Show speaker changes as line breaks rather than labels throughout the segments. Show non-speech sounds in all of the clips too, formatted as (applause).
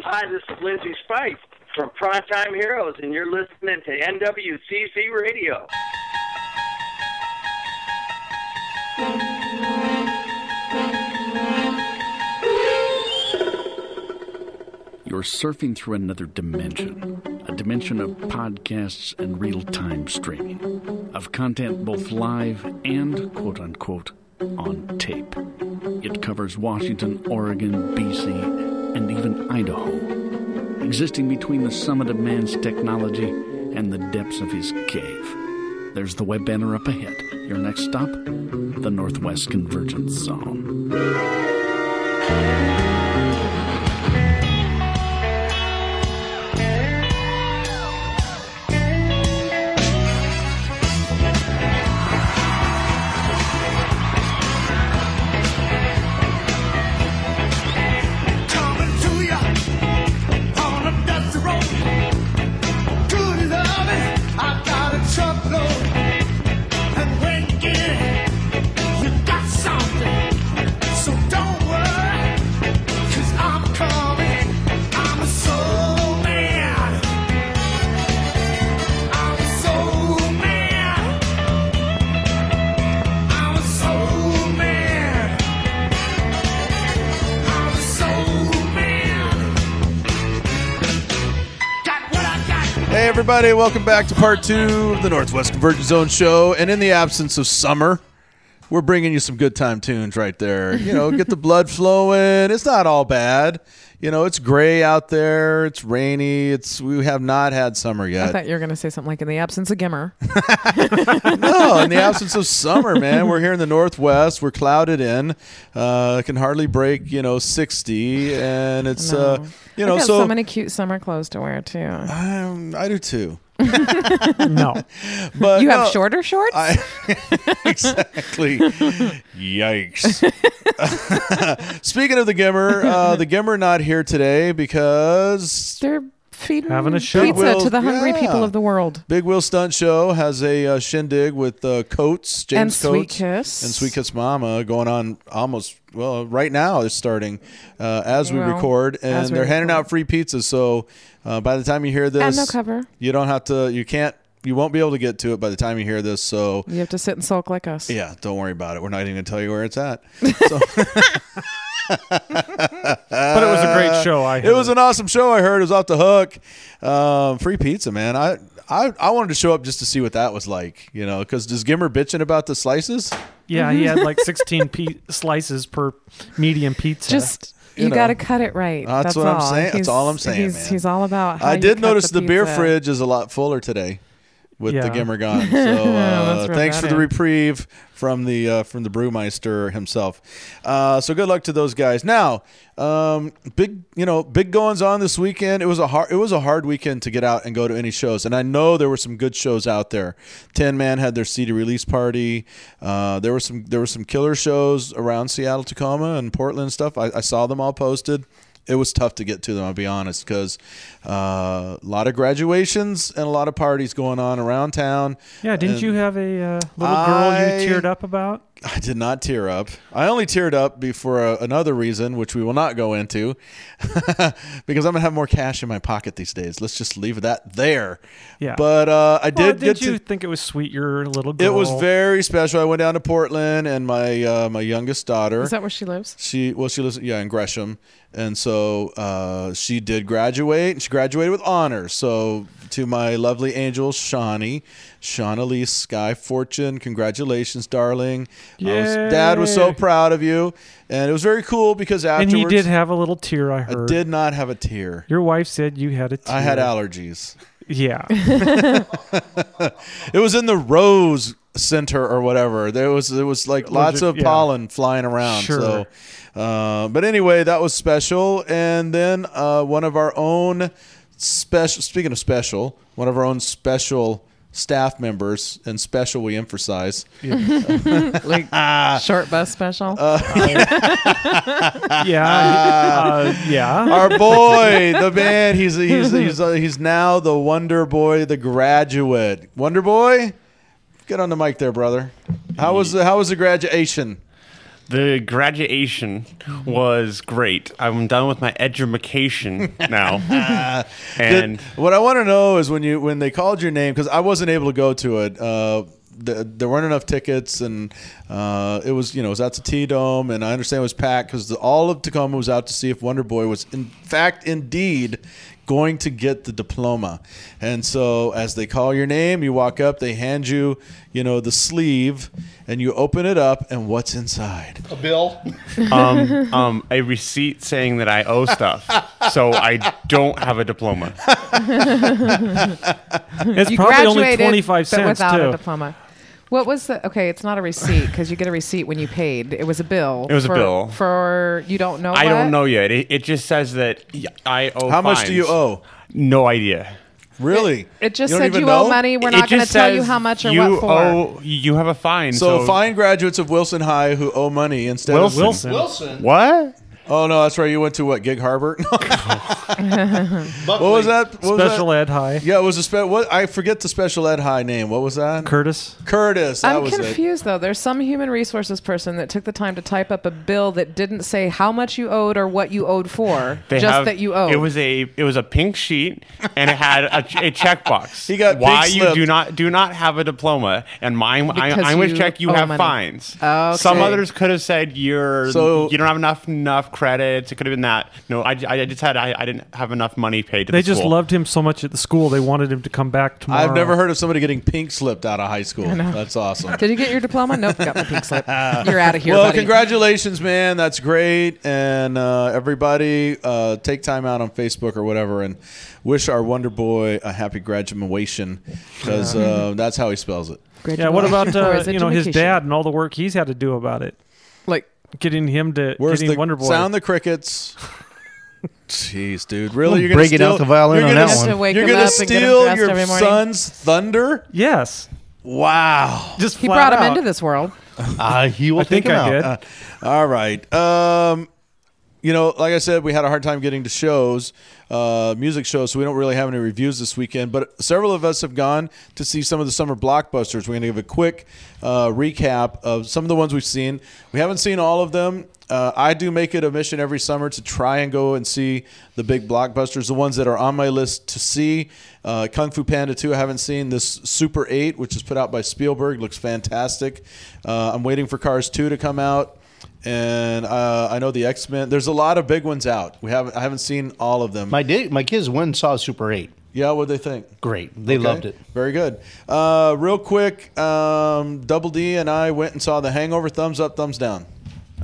Hi, this is Lindsey Spike from Primetime Heroes, and you're listening to NWCC Radio.
You're surfing through another dimension, a dimension of podcasts and real time streaming, of content both live and quote unquote on tape. It covers Washington, Oregon, BC, and even Idaho, existing between the summit of man's technology and the depths of his cave. There's the web banner up ahead. Your next stop, the Northwest Convergence Zone.
everybody. Welcome back to part two of the Northwest Convergence Zone show. And in the absence of summer, we're bringing you some good time tunes right there. You know, get the blood flowing. It's not all bad. You know, it's gray out there. It's rainy. It's we have not had summer yet.
I thought you were going to say something like in the absence of Gimmer.
no, in the absence of summer, man, we're here in the Northwest. We're clouded in. Uh, can hardly break, you know, sixty, and it's no. uh, you know,
I got
so,
so many cute summer clothes to wear too.
Um, I do too.
no,
but
you have
no,
shorter shorts.
I, exactly. Yikes. (laughs) Speaking of the Gimmer, uh, the Gimmer not here today because
they're feeding
having a show.
pizza
Will-
to the hungry
yeah.
people of the world.
Big Wheel Stunt Show has a uh, shindig with uh, Coates, James
And Sweet
Coates,
Kiss.
and Sweet Kiss Mama going on almost well right now. It's starting uh, as we
Well,
record, and
as we
they're handing
record.
out free pizzas. So uh, by the time you hear
And
this,
no cover.
you don't have to. You can't. You won't be able to get to it by the time you hear this. So
You have to sit and sulk like us.
yeah, don't worry about it. We're not even going to tell you where it's at. So
But it was a great show. I
Uh, it was
heard.
an awesome show. I heard it was off the hook. Um, free pizza, man. I, I I wanted to show up just to see what that was like. You know, because does Gimmer bitching about the slices?
(laughs) yeah. He had
(laughs)
like 16 pe- slices per medium pizza.
Just you,
You know.
got to cut it right.
That's
That's
what I'm
all.
saying. That's
He's-
all I'm saying,
He's,
man.
he's all about. How
I
you
did
cut
notice the, beer
pizza.
fridge is a lot fuller today with the
Yeah. (laughs)
Gimmer gone. So uh,
That's real
thanks for the
better.
reprieve from the uh, from the brewmeister himself. Uh, so good luck to those guys. Now, um, big you know big goings on this weekend. It was a hard it was a hard weekend to get out and go to any shows, and I know there were some good shows out there. Ten Man had their CD release party. Uh, there were some there were some killer shows around Seattle, Tacoma, and Portland and stuff. I, I saw them all posted it was tough to get to them. I'll be honest, because uh, a lot of graduations and a lot of parties going on around town.
yeah. Didn't
And
you have a uh, little girl
I-
you teared up about?
I did not tear up. I only teared up before uh, another reason, which we will not go into, (laughs) because I'm gonna have more cash in my pocket these days. Let's just leave that there.
Yeah.
But uh, I
Well,
did
did
get
you
to.
think it was sweet? Your little girl.
It was very special. I went down to Portland, and my uh, my youngest daughter.
Is that where she lives?
She well, she lives yeah in Gresham, and so uh, she did graduate, and she graduated with honors. So to my lovely angel Shawnee, Shauna Lee Sky Fortune, congratulations, darling! I was- Dad was so
Yay.
proud of you, and it was very cool because
And
afterwards
he did have a little tear. I
I
heard.
did not have a tear.
Your wife said you had a tear.
I had allergies. (laughs)
Yeah.
It was in the Rose Center or whatever. There was there was like lots
Legit-
of
yeah.
pollen flying around.
Sure.
So, uh, but anyway, that was special. And then uh, one of our own special. Speaking of special, one of our own special staff members, and special we emphasize.
like
Uh,
short bus special.
yeah. uh,
(laughs)
yeah.
Our
(laughs)
boy, the man. He's he's he's uh, he's now the Wonder Boy, the graduate. Wonder Boy, get on the mic there, brother. How was the, how was the graduation?
The graduation was great. I'm done with my
(laughs)
edumacation now. and
Did- what I want to know is when you when they called your name because I wasn't able to go to it. Uh, th- there weren't enough tickets, and uh, it was you know it was out to T Dome, and I understand it was packed because all of Tacoma was out to see if Wonder Boy was in fact indeed going to get the diploma. And so as they call your name, you walk up, they hand you you know the sleeve, and you open it up, and what's inside?
A bill.
um, um, a receipt saying that I owe stuff. So I don't have a diploma.
It's
you
probably
graduated,
only 25
but
cents,
without a
too.
diploma. What was the okay? It's not a receipt because you get a receipt when you paid. It was a bill.
It was a
for-
bill.
for you don't know.
I
what?
don't know yet. It, it just says that I owe.
How much do
fines.
you owe?
No idea.
Really?
It just
don't
said
even
you
know?
owe money. We're
It
not going to
just
tell you
says
how much or
you
what for.
Owe, you have a fine.
So,
So,
fine graduates of Wilson High who owe money instead of
Wilson.
Wilson.
Wilson.
What?
Oh no, that's right. You went to what Gig Harbor? (laughs)
(laughs)
what
Buckley.
was that? What was
Special
that?
ed high.
Yeah, it was a spe- what I forget the special ed high name. What was that?
Curtis.
Curtis. That
I'm
was it.
confused though. There's some human resources person that took the time to type up a bill that didn't say how much you owed or what you owed for,
They
just
have-
that you owed.
It was a it was a pink sheet and it had a, a
(laughs)
checkbox.
He got
why
pink
you
slipped.
do not do not have a diploma and mine I,
Because
I would
you
check you
owe
have
money.
fines.
Okay.
Some others could have said you're
So-
you don't have enough enough credits. It could have been that. No, I, I just had I, I didn't have enough money paid to
They
the
just
school.
loved him so much at the school, they wanted him to come back tomorrow.
I've never heard of somebody getting pink slipped out of high school. That's awesome.
Did you get your diploma? Nope, got my pink slip. You're out of here,
well,
buddy.
congratulations, man. That's great. And uh, everybody, uh, take time out on Facebook or whatever and wish our Wonder Boy a happy graduation because uh, that's how he spells it.
Yeah, what about
Congratulations for
uh,
his
you know his
education.
dad and all the work he's had to do about it,
Like,
getting him to
Where's
getting
the
Wonder Boy.
sound the crickets? Jeez, dude, really? You're
breaking
steal-
out the violin
you're
on
gonna
that
s-
one. Have to
wake
You're
him
gonna
up and get him
steal
dressed
your
every morning.
son's thunder?
yes,
Wow.
just
he
flat
brought him
out.
into this world.
Uh, he will
I think
take him
I
out.
did.
Uh, All right. Um, you know, like I said, we had a hard time getting to shows, uh, music shows, so we don't really have any reviews this weekend. But several of us have gone to see some of the summer blockbusters. We're going to give a quick uh, recap of some of the ones we've seen. We haven't seen all of them. Uh, I do make it a mission every summer to try and go and see the big blockbusters, the ones that are on my list to see. Uh, Kung Fu Panda 2, I haven't seen. This Super 8, which is put out by Spielberg, looks fantastic. Uh, I'm waiting for Cars 2 to come out and uh, I know the X Men. There's a lot of big ones out. We haven't I haven't seen all of them.
My di- my kids went and saw Super Eight.
yeah, what they think?
Great, they
Okay.
loved it.
Very good. Uh, real quick, um, Double D and I went and saw The Hangover. Thumbs up, thumbs down.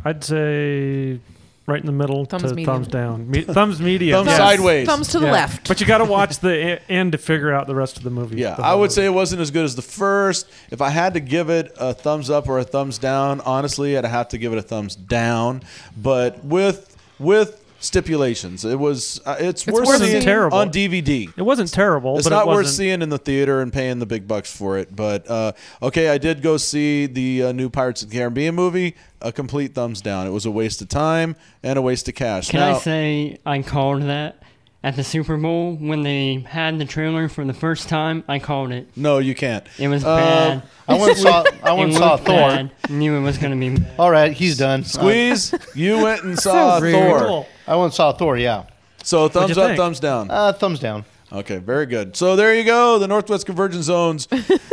I'd say right in the middle
Thumbs
to
medium.
thumbs down,
(laughs)
Me- thumbs medium,
Thumbs
yes.
sideways.
Thumbs to the
Yeah.
left.
But you got to watch the e- end to figure out the rest of the movie.
Yeah,
The
I
whole
would say
movie.
it wasn't as good as the first. If I had to give it a thumbs up or a thumbs down, honestly, I'd have to give it a thumbs down. But with with stipulations, it was uh, it's, worth
worth
seeing
seeing. Terrible.
on DVD.
it wasn't terrible,
It's
but
not
it wasn't.
worth seeing in the theater and paying the big bucks for it. But uh, okay, I did go see the uh, new Pirates of the Caribbean movie. A complete thumbs down. It was a waste of time and a waste of cash.
Can
Now-
I say I called that at the Super Bowl when they had the trailer for the first time? I called it.
No, you can't.
It was
Uh,
bad.
I went and saw I
It
went and
was
saw Thor.
bad. Knew it was going to be bad.
All right, he's done. Squeeze.
(laughs)
Please, you went and saw
rude.
Thor.
I went and saw Thor. Yeah,
So thumbs
you
up,
think?
thumbs down.
uh, thumbs down.
Okay, very good. So there you go. The Northwest Convergence
(laughs)
Zones.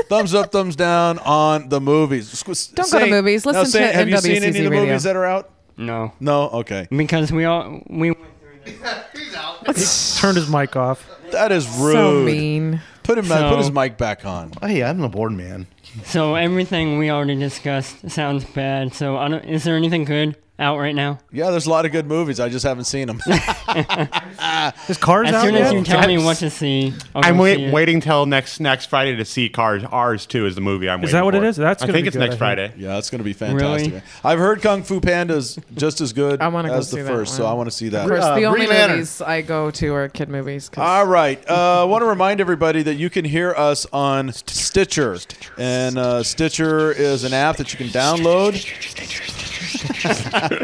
thumbs up, thumbs down on the movies. Squ-
Don't go to movies.
now,
Listen to
Saint, Have you seen any of
NWCC
the
radio.
movies that are out?
No,
No. Okay,
because we all we went
Turned his mic off.
that is rude.
So mean.
Put him. uh,
So-
put his mic back on.
Hey, I'm the board man.
so everything we already discussed sounds bad. So I don't. Is there anything good out right now?
Yeah, there's a lot of good movies. I just haven't seen
(laughs)
them.
His car's
As
out
soon
yet.
as you tell me what to see, I'll
I'm
go
wait,
see it.
waiting till next next Friday to see Cars. Ours too is the movie I'm.
Is
waiting
that what it
for.
is? That's
I
gonna
think
be
it's
good,
next
I
Friday.
think.
yeah, that's going to be fantastic.
Really?
I've heard Kung Fu Panda's just as good
I wanna go
as the
see that
first, so
one.
I want to see
Of
that.
course,
Uh,
the only
Green Lantern.
movies I go to are kid movies. 'cause-
All right. Uh, I want to remind everybody that you can hear us on Stitcher. And uh, Stitcher is an app that you can download.
Do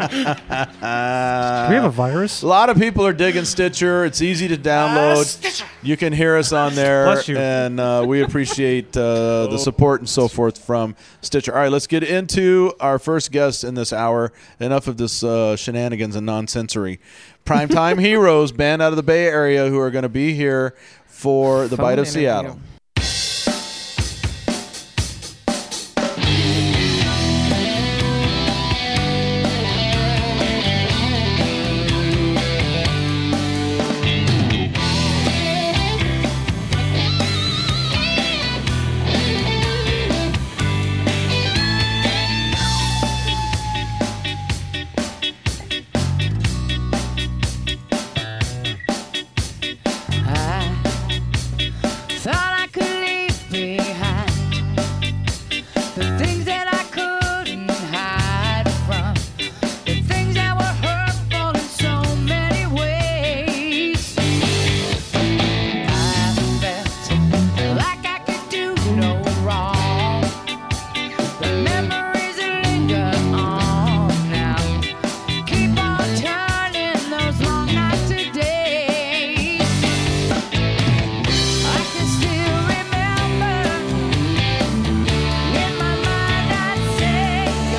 we have a virus?
A lot of people are digging Stitcher. It's easy to download. you can hear us on there,
Bless you.
and uh, we appreciate uh, the support and so forth from Stitcher. All right, let's get into our first guest in this hour. Enough of this uh, shenanigans and nonsensory. Primetime heroes, band out of the Bay Area, who are going to be here for the
Phone
Bite of
interview.
Seattle.
I thought I could leave behind the things that I couldn't hide from, the things that were hurtful in so many ways. I felt like I could do no wrong. The memories that linger on now keep on turning those long nights to days. I can still remember in my mind I'd say you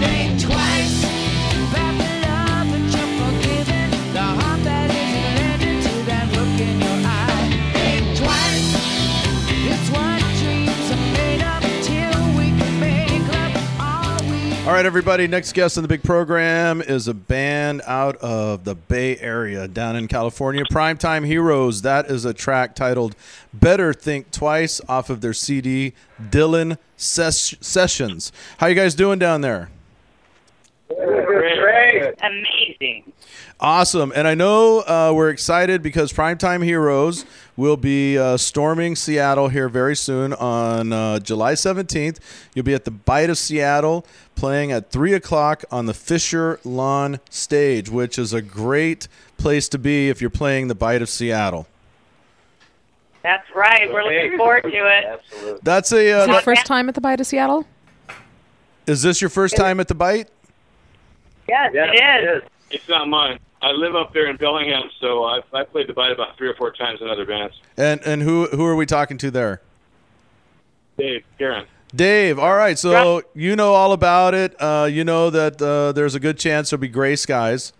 better think twice about the love that you're forgiving, the heart that isn't lending to that look in your eye. Think twice. It's what dreams are made of till we can make love all we.
All right, everybody. Next guest in the big program is a band out of the Bay Area down in California, Primetime Heroes. That is a track titled Better Think Twice off of their CD, Dylan Ses- Sessions. How you guys doing down there?
Great.
Amazing.
Awesome. And I know uh, we're excited because Primetime Heroes will be uh, storming Seattle here very soon on uh, July 17th. You'll be at the Bite of Seattle playing at 3 o'clock on the Fisher Lawn stage, which is a great place to be if you're playing the Bite of Seattle.
That's right. We're looking forward to it.
Absolutely.
That's a.
Is it
Uh,
your first time at the Bite of Seattle?
is this your first time at the Bite?
Yes,
Yeah,
it is.
it is.
It's not mine. I live up there in Bellingham, so I've, I played the bite about three or four times in other bands.
And and who who are we talking to there?
Dave, Karen.
Dave, all right. So you know all about it. Uh, you know that uh, there's a good chance there'll be gray skies.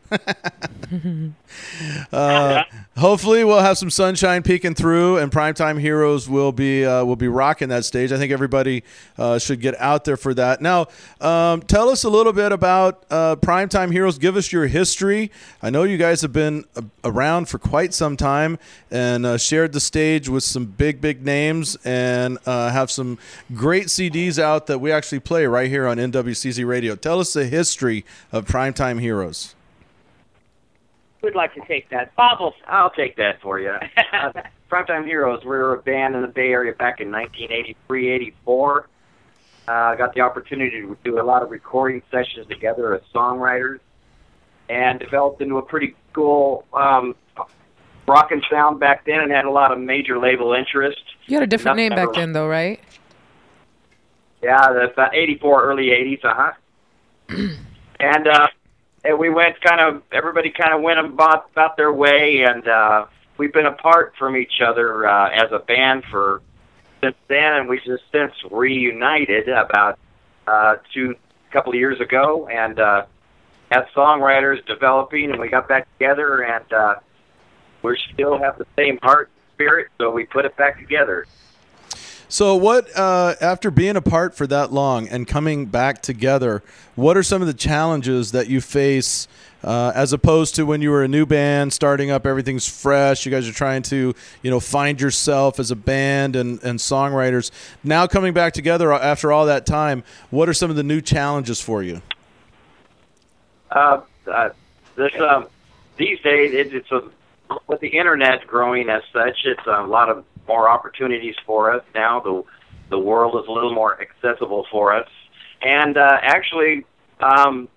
uh, hopefully, we'll have some sunshine peeking through, and primetime heroes will be uh, will be rocking that stage. I think everybody uh, should get out there for that. Now, um, tell us a little bit about uh, primetime heroes. Give us your history. I know you guys have been a- around for quite some time and uh, shared the stage with some big big names, and uh, have some great CDs out that we actually play right here on NWCZ Radio. Tell us the history of primetime heroes.
Who'd like to take that? Bob will
I'll take that for
(laughs)
you. Uh, Primetime Heroes, we were a band in the Bay Area back in 1983, 84. Uh, I got the opportunity to do a lot of recording sessions together as songwriters and developed into a pretty cool um, rock and sound back then and had a lot of major label interest.
You had a different
Nothing
name back
ever-
then, though, right?
Yeah, that's uh, 84, early 80s, uh-huh. and, uh, and we went kind of, everybody kind of went about, about their way, and uh, we've been apart from each other uh, as a band for since then, and we just since reunited about uh, two, couple of years ago, and uh, as songwriters developing, and we got back together, and uh, we still have the same heart and spirit, so we put it back together.
So, what uh, after being apart for that long and coming back together, what are some of the challenges that you face uh, as opposed to when you were a new band starting up? Everything's fresh. You guys are trying to, you know, find yourself as a band and and songwriters. Now coming back together uh, after all that time, what are some of the new challenges for you?
uh, uh, this um, these days it, it's a, with the internet growing as such, it's a lot of more opportunities for us now. The the world is a little more accessible for us, and uh, actually, um,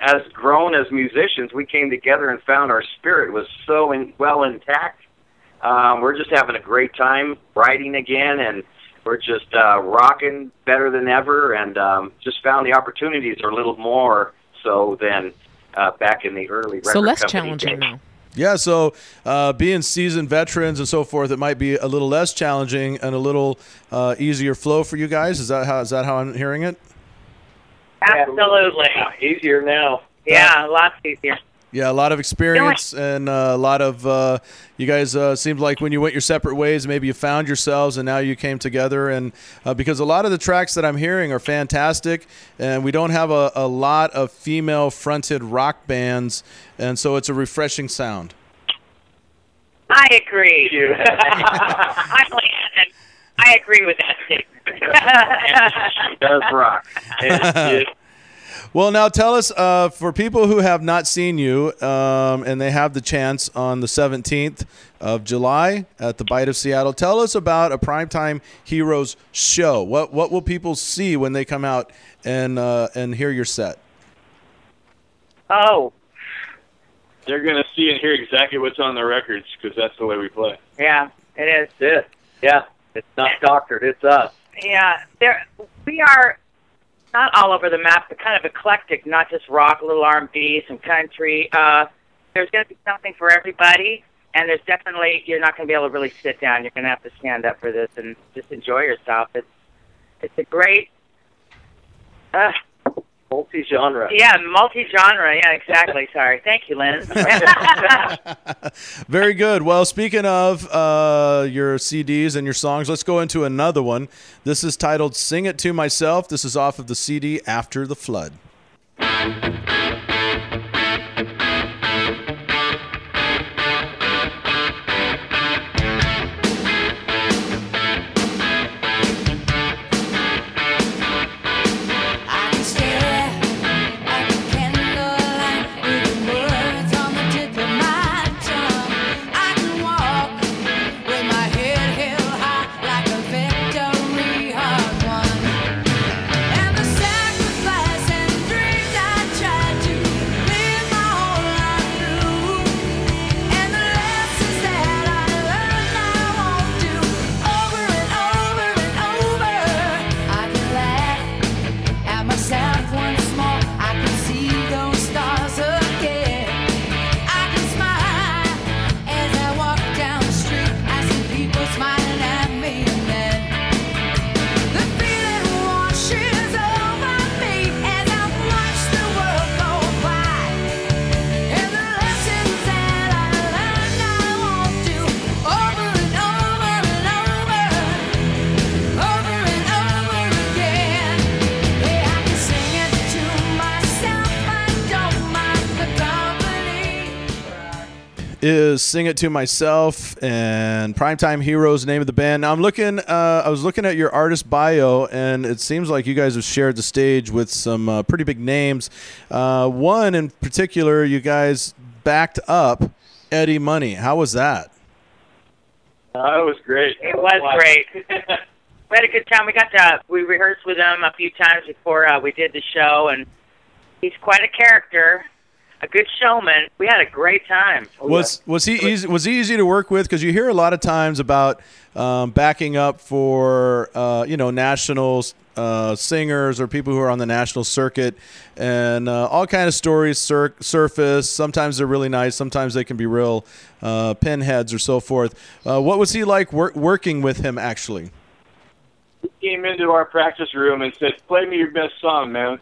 as grown as musicians, we came together and found our spirit was so in, well intact. Um, we're just having a great time writing again, and we're just uh, rocking better than ever, and um, just found the opportunities are a little more so than uh, back in the early record
So less
company days.
challenging now.
Yeah, so uh, being seasoned veterans and so forth, it might be a little less challenging and a little uh, easier flow for you guys. Is that how is that how I'm hearing it?
Absolutely.
(laughs) easier now.
Yeah, lots easier.
Yeah, a lot of experience and uh, a lot of uh, you guys uh, seemed like when you went your separate ways, maybe you found yourselves and now you came together. And uh, because a lot of the tracks that I'm hearing are fantastic, and we don't have a, a lot of female fronted rock bands, and so it's a refreshing sound.
I agree. (laughs) I'm Landon. I agree with that statement.
(laughs) does rock.
Well, now tell us uh, for people who have not seen you um, and they have the chance on the 17th of July at the Bite of Seattle, tell us about a Primetime Heroes show. What what will people see when they come out and uh, and hear your set?
Oh,
They're going to see and hear exactly what's on their records because that's the way we play.
yeah, it is.
It's Yeah, it's not doctored. It's us.
Yeah, there we are. Not all over the map, but kind of eclectic. Not just rock, a little R&B, some country. Uh, there's going to be something for everybody, and there's definitely you're not going to be able to really sit down. You're going to have to stand up for this and just enjoy yourself. It's it's a great. Uh,
Multi-genre.
Yeah, multi-genre. Yeah, exactly. Sorry. Thank you,
(laughs)
Lynn.
Very good. Well, speaking of uh, your CDs and your songs, let's go into another one. This is titled "Sing It to Myself." This is off of the CD "After the Flood."
I can stare at the candlelight with the words on the tip of my tongue. I can walk with my head held high like a victory hard won. And the sacrifice and dreams I tried to live my whole life through, and the lessons that I learned I won't do over and over and over. I can laugh at myself once more. I can see those stars again. I can smile as I walk down the street. I see people smiling at me, and then the feeling washes over me as I watch the world go by. And the lessons that I learned I won't do over and over and over, over and over again. Yeah, I can sing it to myself. I don't mind the company.
is "Sing It to Myself" and "Primetime Heroes." Name of the band. Now I'm looking. Uh, I was looking at your artist bio, and it seems like you guys have shared the stage with some uh, pretty big names. Uh, one in particular, you guys backed up Eddie Money. How was that?
That was great.
It was great. we had a good time. We got to we rehearsed with him a few times before uh, we did the show, and he's quite a character, a good showman. We had a great time.
Oh,
was was he easy? Was he easy to work with? Because you hear a lot of times about um, backing up for uh, you know national uh, singers or people who are on the national circuit, and uh, all kind of stories sur- surface. Sometimes they're really nice. Sometimes they can be real uh, pinheads or so forth. Uh, what was he like wor- working with him actually?
He came into our practice room and said, "Play me your best song, man."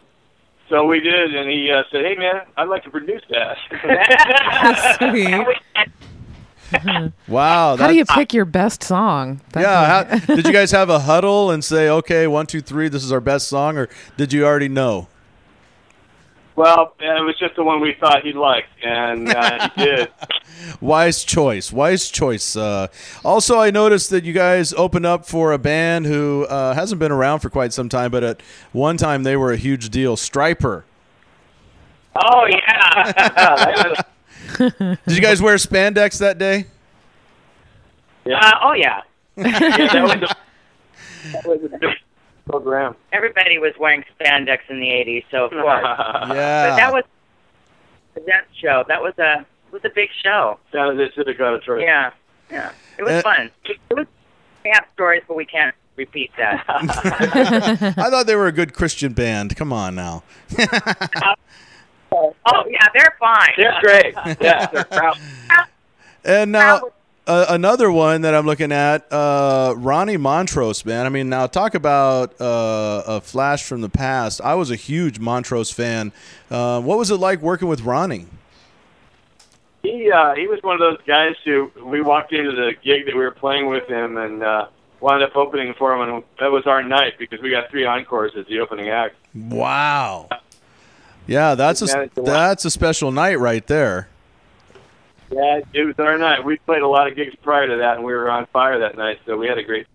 So we did, and he uh, said, "Hey, man, I'd like to produce that."
Wow!
How do you
that's-
pick your best song? That-
Yeah, how, did you guys have a huddle and say, okay, one, two, three, this is our best song, or did you already know?
well, it was just the one we thought he liked, and uh,
(laughs)
he did.
Wise choice. Wise choice. Uh, also, I noticed that you guys opened up for a band who uh, hasn't been around for quite some time, but at one time they were a huge deal. Striper.
Oh
(laughs)
yeah.
(laughs) Did you guys wear spandex that day?
Uh, oh yeah.
That was a big program.
Everybody was wearing spandex in the '80s, so of course.
(laughs)
Yeah.
But that was that show. That was a was a big show.
Down at the Civic Auditorium.
Yeah, yeah. It was
Uh,
fun. It was, we have stories, but we can't repeat that.
I thought they were a good Christian band. Come on now.
Oh yeah, they're fine.
They're great. Yeah, they're proud.
And now uh, another one that I'm looking at, uh, Ronnie Montrose, man. I mean, now talk about uh, a flash from the past. I was a huge Montrose fan. Uh, what was it like working with Ronnie?
He uh, he was one of those guys who we walked into the gig that we were playing with him and uh, wound up opening for him, and that was our night because we got three encores as the opening act.
Wow. Yeah, that's a that's a special night right there.
Yeah, it was our night. We played a lot of gigs prior to that, and we were on fire that night, so we had a great.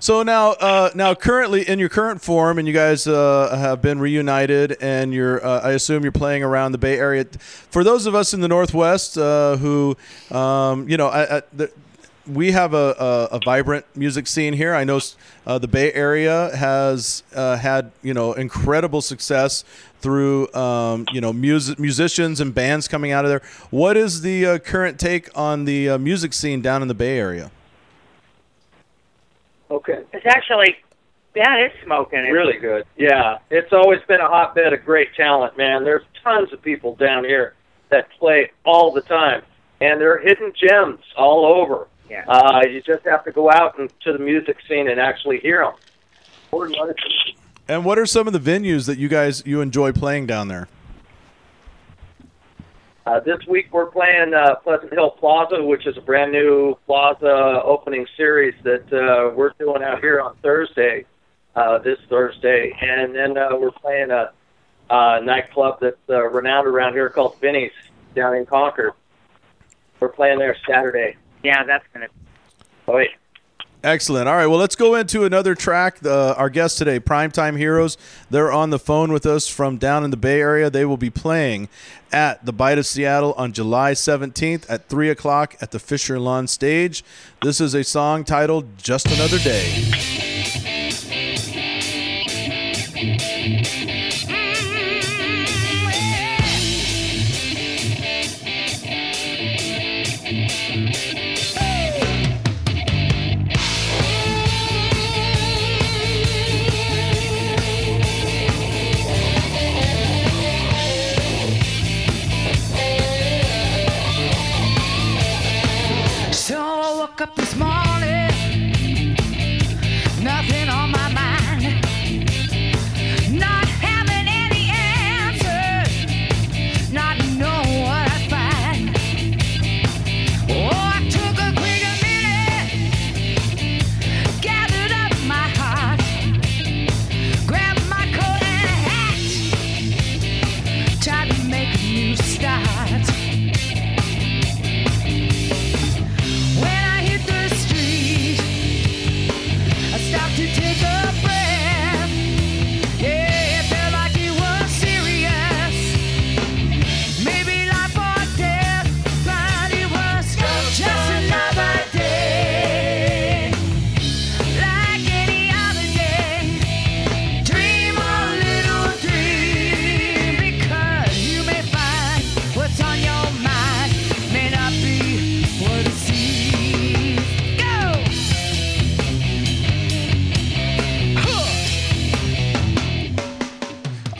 So now, uh, now currently in your current form, and you guys uh, have been reunited, and you're, uh, I assume you're playing around the Bay Area. For those of us in the Northwest uh, who, um, you know, I, I, the, we have a, a, a vibrant music scene here. I know s- uh, the Bay Area has uh, had, you know, incredible success through, um, you know, music musicians and bands coming out of there. What is the uh, current take on the uh, music scene down in the Bay Area?
Okay.
It's actually yeah, it's smoking. It's
Really good. Yeah, it's always been a hotbed of great talent, man. There's tons of people down here that play all the time, and they're hidden gems all over.
Yeah.
Uh, you just have to go out and to the music scene and actually hear them.
And what are some of the venues that you guys you enjoy playing down there?
Uh, this week we're playing uh, Pleasant Hill Plaza, which is a brand new plaza opening series that uh, we're doing out here on Thursday, uh, this Thursday, and then uh, we're playing a uh, nightclub that's uh, renowned around here called Vinny's down in Concord. We're playing there Saturday.
Yeah, that's gonna.
Oh, wait.
Excellent. All right. Well, let's go into another track. Uh, our guest today, Primetime Heroes, they're on the phone with us from down in the Bay Area. They will be playing at the Bite of Seattle on July 17th at 3 o'clock at the Fisher Lawn Stage. This is a song titled Just Another Day.
So I woke up this morning, nothing on my mind, not having any answers, not knowing what I find. Oh, I took a quick minute, gathered up my heart, grabbed my coat and a hat, tried to make a new start. When I hit the street, I stopped to take a breath. Yeah, it felt like it was serious. Maybe life or death, but it was just another day, like any other day. Dream a little dream, because you may find what's on your mind may not be what it seems. Go.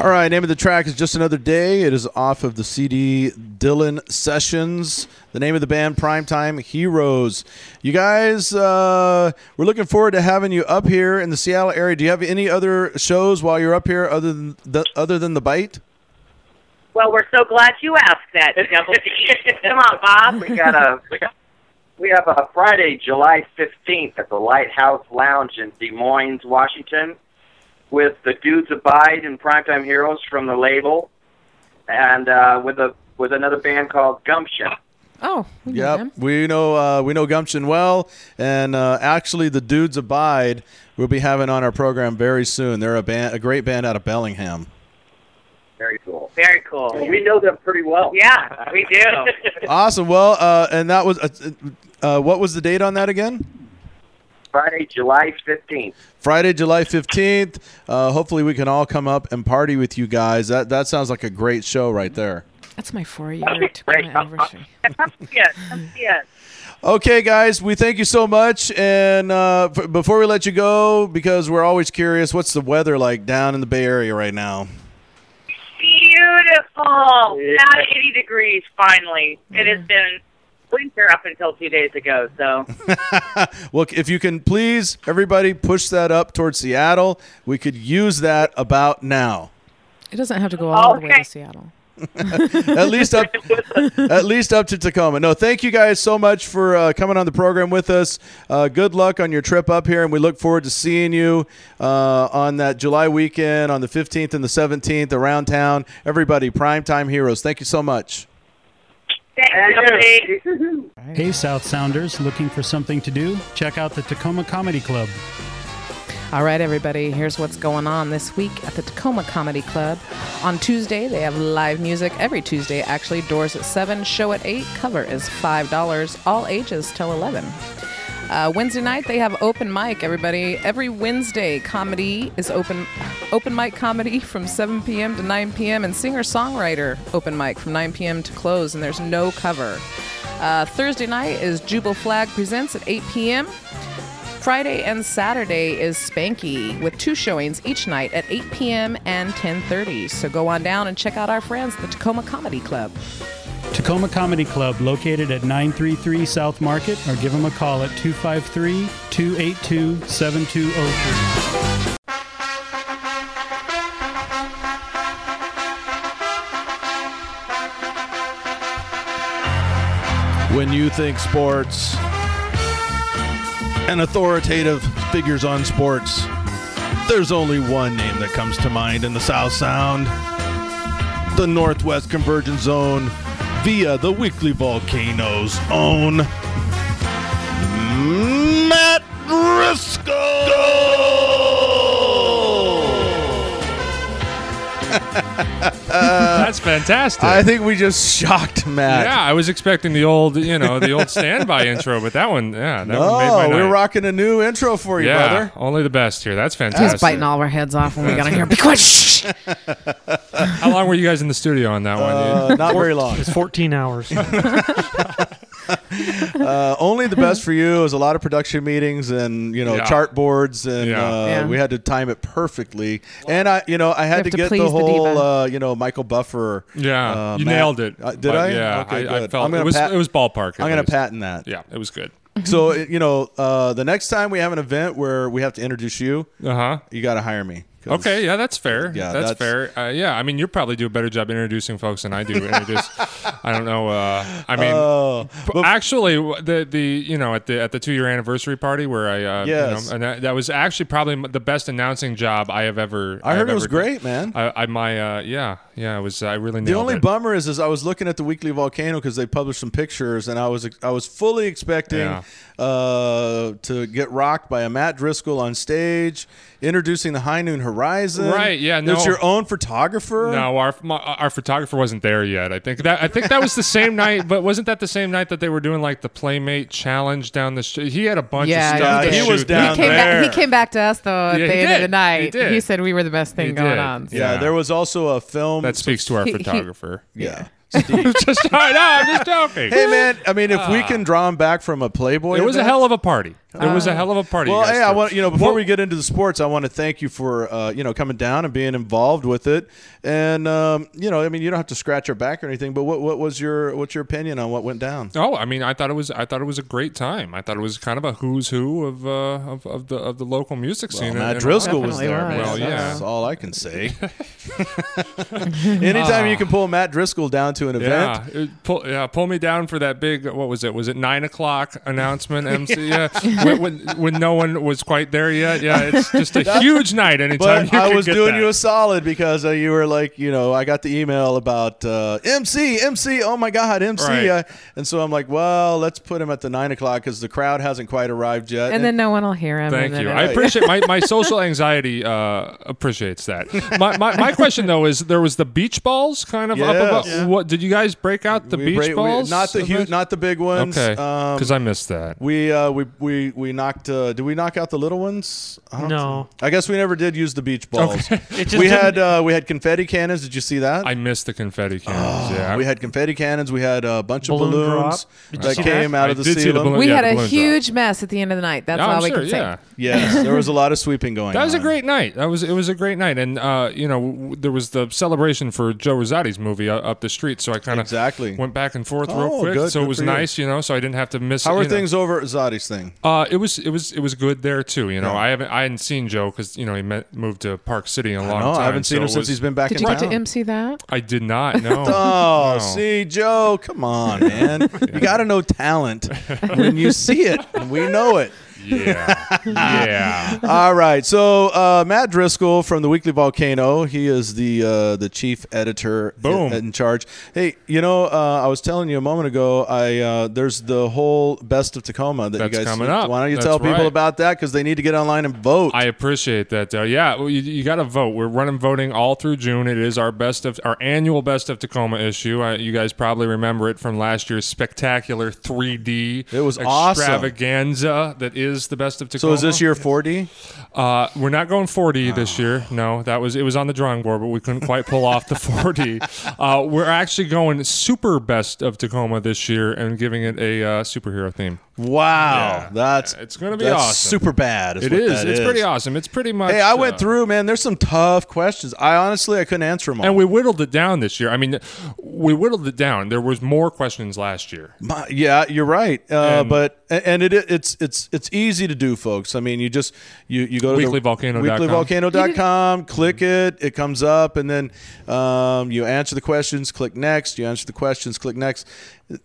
All right, name of the track is Just Another Day. It is off of the CD Dylan Sessions. The name of the band, Primetime Heroes. You guys, uh, we're looking forward to having you up here in the Seattle area. Do you have any other shows while you're up here other than the, other than the Bite?
Well, we're so glad you asked that. Double D. Come on, Bob.
We got a we, got, we have a Friday, July fifteenth, at the Lighthouse Lounge in Des Moines, Washington, with the Dudes Abide and Primetime Heroes from the label, and uh, with a with another band called Gumption.
Oh, we knew them.
Yep, we know uh, we know Gumption well, and uh, actually, the Dudes Abide we'll be having on our program very soon. They're a band, a great band out of Bellingham.
Very cool.
Very cool.
We know them pretty well.
Yeah, we do.
awesome. Well, uh, and that was uh, uh, what was the date on that again?
Friday, July fifteenth.
Friday, July fifteenth. Uh, hopefully, we can all come up and party with you guys. That that sounds like a great show right there.
That's my four year anniversary.
yes, yes.
Okay, guys, we thank you so much. And uh, f- before we let you go, because we're always curious, what's the weather like down in the Bay Area right now?
Beautiful. beautiful.
Yeah.
Now 80 degrees finally. It has been winter up until two days ago, so
Well, if you can please, everybody, push that up towards Seattle. We could use that about now.
It doesn't have to go all the way to Seattle.
at least up, at least up to Tacoma. No, thank you guys so much for uh, coming on the program with us. Uh, good luck on your trip up here, and we look forward to seeing you uh, on that July weekend on the 15th and the 17th around town. Everybody, primetime heroes. Thank you so much.
thank you.
Hey, South Sounders, looking for something to do? Check out the Tacoma Comedy Club.
All right, everybody, here's what's going on this week at the Tacoma Comedy Club. On Tuesday, they have live music every Tuesday, actually. Doors at 7, show at 8, cover is $5, all ages till 11. Uh, Wednesday night, they have open mic, everybody. Every Wednesday, comedy is open open mic comedy from 7 p.m. to 9 p.m., and singer songwriter open mic from 9 p.m. to close, and there's no cover. Uh, Thursday night is Jubal Flag Presents at 8 p.m. Friday and Saturday is Spanky with two showings each night at 8 p.m. and 10:30. So go on down and check out our friends, the Tacoma Comedy Club.
Tacoma Comedy Club, located at 933 South Market, or give them a call at 253 282 7203.
When you think sports and authoritative figures on sports, there's only one name that comes to mind in the South Sound the Northwest Convergence Zone via the Weekly Volcanoes own Matt
That's fantastic.
I think we just shocked Matt.
Yeah, I was expecting the old, you know, the
(laughs)
old standby intro, but that one, yeah, that one made my
No,
night.
Oh, we're rocking a new intro for you,
yeah,
brother.
only the best here. That's fantastic.
He's biting all our heads off when we got in here. Be quiet! (laughs) Shh.
How long were you guys in the studio on that one?
Uh, not very long.
It's 14 hours.
uh, only the
(laughs)
best for you is a lot of production meetings and you know
Yeah.
chart boards and
Yeah.
Uh,
Yeah.
we had to time it perfectly and I you know I
You
had
have
to
to
get
please
the
the
whole
diva.
uh, you know Michael Buffer
Yeah,
uh,
you
Matt-
nailed it.
Uh, did
But,
I
Yeah,
okay
I, I
good.
felt
I'm gonna
it was
pat-
it was ballpark. at
I'm gonna
least.
patent that
Yeah, it was good.
so it- you know uh, the next time we have an event where we have to introduce you
uh-huh
you got to hire me 'cause-
Okay, yeah, that's fair.
Yeah,
that's, fair.
that's-
Uh, yeah, I mean, you probably do a better job introducing folks than I do. Introduce, (laughs) I don't know. Uh, I mean,
Oh,
b- actually, w- the the you know at the at the two year anniversary party where I uh, you
Yes.
know, and that, that was actually probably m- the best announcing job I have ever.
I
have
heard it was
ever
great,
done.
man.
I, I my uh, yeah yeah it was I really nailed
The only
it.
bummer is, is I was looking at the Weekly Volcano because they published some pictures, and I was I was fully expecting
Yeah.
uh, to get rocked by a Matt Driscoll on stage, introducing the High Noon Horizon.
Right, yeah,
There's
no.
your own photographer.
No, our my, our photographer wasn't there yet. I think that I think that was the same (laughs) night, but wasn't that the same night that they were doing like the playmate challenge down the street? He had a bunch
Yeah,
of stuff.
he
to
did.
shoot
He came, back, he came back to us though at
Yeah,
the
he
end of
did.
the night.
He did.
said we were the best thing
He
going
did.
on.
Yeah,
Yeah.
there was also a film
That speaks to our
He- he-
photographer.
yeah.
(laughs) just I know, I'm just joking.
Hey man, I mean, if we
Ah.
can draw him back from a Playboy,
It was a
event-
hell of a party. It was a
Ah.
hell of a party. you
Well,
guys
hey, I
threw.
want you know before we get into the sports, I want to thank you for uh, you know coming down and being involved with it. And um, you know, I mean, you don't have to scratch your back or anything. But what what was your what's your opinion on what went down?
Oh, I mean, I thought it was I thought it was a great time. I thought it was kind of a who's who of uh, of, of the of the local music
Well,
scene. in-
Matt
in-
Driscoll was there. man.
Well, yeah.
That's all I
(laughs)
can say. (laughs) Anytime you can pull Matt Driscoll down to an event,
Ah. Yeah, it- pull, yeah, pull me down for that big. What was it? Was it nine o'clock announcement? MC, yeah, when, when, when no one was quite there yet. Yeah, it's just a
That-
huge night. Anytime
but
you
I
can
was
get
doing
that.
you a solid because uh, you were like, you know, I got the email about uh, MC, MC, oh my God, MC.
Right.
uh, and so I'm like, well, let's put him at the nine o'clock because the crowd hasn't quite arrived yet.
And, then no one will hear him.
Thank
and then
you. I
everybody-
appreciate my, my social anxiety uh, appreciates that. My, my, my question though is there was the beach balls kind of up
Yes.
above.
Yeah.
What did you guys break out the
We
beach
break- we-
balls?
not the huge, not the big ones.
Okay,
Um,
because I missed that.
we uh, we we we we knocked. Uh, did we knock out the little ones? I don't
No.
think- I guess we never did use the beach
(laughs)
balls.
It just
we
didn't-
had uh, we had confetti cannons. Did you see that?
I missed the confetti cannons. yeah,
we had confetti cannons. We had a bunch of
Balloon
balloons
drop. Did you
that
see that?
came out
I
of the
did see
ceiling.
the balloon-
We
yeah,
had
the
a
balloons
huge mess at the end of the night. That's
I'm
all we
sure,
can say.
yeah.
Yes, there was a lot of sweeping going.
That was a
on.
great night. That was it was a great night, and uh, you know w- there was the celebration for Joe Rosati's movie uh, up the street. So I kind of exactly went back and forth real
Oh,
quick.
good,
so it
good
was
for you.
nice, you know. So I didn't have to miss.
How
you
are
know.
things over at Zadi's thing?
Uh, it was it was it was good there too. You know,
Yeah.
I haven't I hadn't seen Joe because you know he met, moved to Park City in a
(laughs)
long
know, I
time.
haven't seen
so
him
it
since
was-
he's been back
Did you get to MC that?
I did not.
(laughs)
No.
Oh,
No.
see, Joe,
(laughs)
come on, man. You got to know talent when you see it, and we know it.
Yeah. (laughs) Yeah.
All right. So uh, Matt Driscoll from the Weekly Volcano, he is the uh, the chief editor
Boom.
in, in charge. Hey, you know, uh, I was telling you a moment ago. I uh, there's the whole best of Tacoma that
That's
you guys
coming up.
Why don't you
That's
tell people
right.
about that because they need to get online and vote.
I appreciate that. Though. Yeah, well, you, you got to vote. We're running voting all through June. It is our best of our annual best of Tacoma issue. Uh, you guys probably remember it from last year's spectacular 3D. It
was awesome.
extravaganza that is the best of
so
Tacoma.
is this year 4D?
Uh, we're not going 4D this year. No, that was it was on the drawing board, but we couldn't quite pull off the 4D. Uh, we're actually going super best of Tacoma this year and giving it a uh, superhero theme.
Wow, that's
it's gonna be
that's
awesome.
Super bad. Is
It
what
is.
that
It's pretty awesome. It's pretty much.
Hey, I
uh,
went through, man. There's some tough questions. I honestly I couldn't answer them all.
And we whittled it down this year. I mean, we whittled it down. There was more questions last year.
My- yeah, you're right. Uh,
And-
but and it it's it's it's easy to do, folks. I mean, you just you you go to the-
Weeklyvolcano.com.
weeklyvolcano.com, click it, it comes up, and then um, you answer the questions, click next. You answer the questions, click next.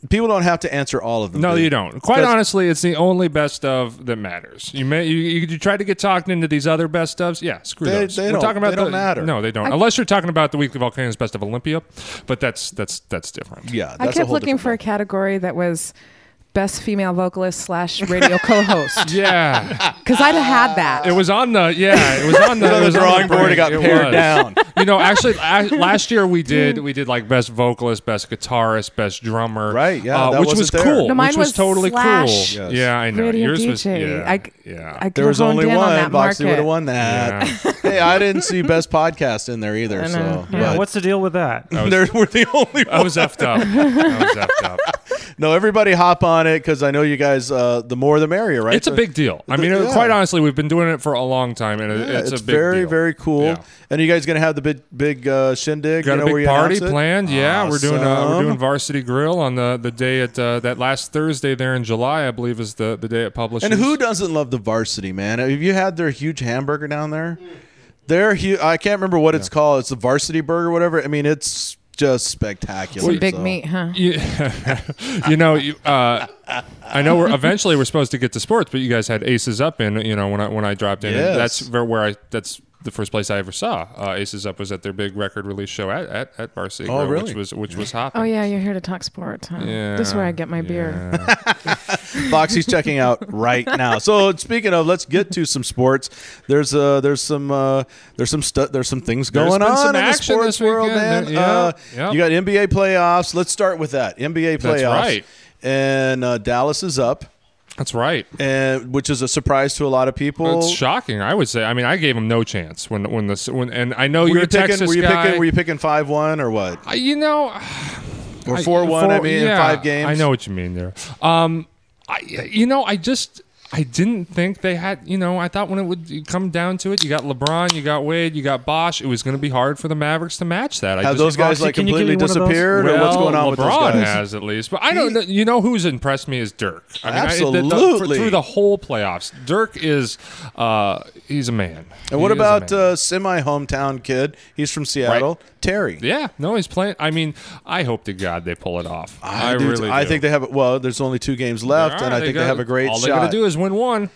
People don't have to answer all of them.
No,
do
you don't. Quite
'Cause-
honestly, it's the only best of that matters. You may you, you, you try to get talked into these other best ofs. Yeah, screw
They-
those.
they
We're
don't-
talking about
they don't
the-
matter.
No, they don't.
I-
Unless you're talking about the Weekly Volcanoes Best of Olympia, but that's that's that's different.
Yeah,
I kept looking for a category that was best female vocalist slash radio co-host.
(laughs) Yeah.
Because I'd have had that.
It was on the yeah. (laughs) It was on the,
It was on the
it was
drawing board, it got
brain.
pared
was.
(laughs) down.
You know, actually, I, last year we did we did like best vocalist, best guitarist, best drummer, right?
yeah, that
Uh, which was
wasn't there.
cool.
No, mine
which was,
was
totally
slash
cool. Yeah, I know.
radio
Yours was
DJ.
yeah.
I-
yeah.
I
There was
honed
only
in on
one.
that
Boxy
market.
would have won that. (laughs) hey, I didn't see best podcast in there either. So,
Yeah,
but- (laughs)
what's the deal with that?
was- Oh.
There- we're the only.
I was effed
(laughs)
up. I was effed up.
No, everybody hop on it because I know you guys. Uh, the more, the merrier, right?
It's a
So-
big deal. I mean,
Yeah.
quite honestly, we've been doing it for a long time, and it-
Yeah,
it's,
it's,
a big
very,
deal.
very cool.
Yeah.
And are you guys gonna have the big, big uh, shindig?
Got
you know,
a
where
big
you
party
announce it?
planned. Yeah, we're doing uh, we're
Awesome.
doing Varsity Grill on the the day at uh, that last Thursday there in July, I believe, is the the day at Publishers.
And who doesn't love the varsity, man? Have you had their huge hamburger down there? Their hu- I can't remember what it's called. It's the varsity burger, whatever. I mean, it's just spectacular.
Some big
so.
meat, huh?
Yeah. you know, you, uh, I know. We're, eventually, we're supposed to get to sports, but you guys had Aces Up in. You know, when I when I dropped in,
Yes.
and that's where, where I that's the first place I ever saw uh, Aces Up was at their big record release show at at, at Varsity
Oh,
Grill,
really?
which was which was hopping.
Oh yeah, you're here to talk sports. Huh? This is where I get my beer.
Foxy's checking out right now. So speaking of, let's get to some sports. There's uh there's some uh there's some stu- there's some things
There's
going
been
on
some
in the
action
sports
this
world, man.
weekend. Yeah,
Uh,
yeah.
You got NBA playoffs. Let's start with that NBA playoffs.
That's right.
And uh, Dallas is up,
That's right.
and which is a surprise to a lot of people.
It's shocking. I would say. I mean, I gave him no chance when when this when and I know
were
you're
you
a
picking?
Texas
were you
guy.
picking? Were you picking five one or what?
I- you know, (sighs)
Or
I-
four one? I
four-
mean, in
yeah,
five games.
I know what you mean there. Um, I you know I just I didn't think they had you know I thought when it would come down to it, you got LeBron, you got Wade, you got Bosch. It was going to be hard for the Mavericks to match that. I
Have
just,
those guys
Foxy,
like
can you give me
completely
one of those?
disappeared, or what's
Well,
going on with those
LeBron
guys?
has at least, but I don't. know. You know who's impressed me is Dirk. I mean, I- the- the- for-
Absolutely.
through the whole playoffs, Dirk is uh, he's a man.
And what
He is a
about
man.
uh, semi hometown kid? He's from Seattle, Terry.
Yeah, no, he's playing. I mean, I hope to God they pull it off. I,
do-
really.
I
do.
think they have. Well, there's only two games left,
All
and
right,
I think they,
got-
have a great
all
shot.
they got to do is win one.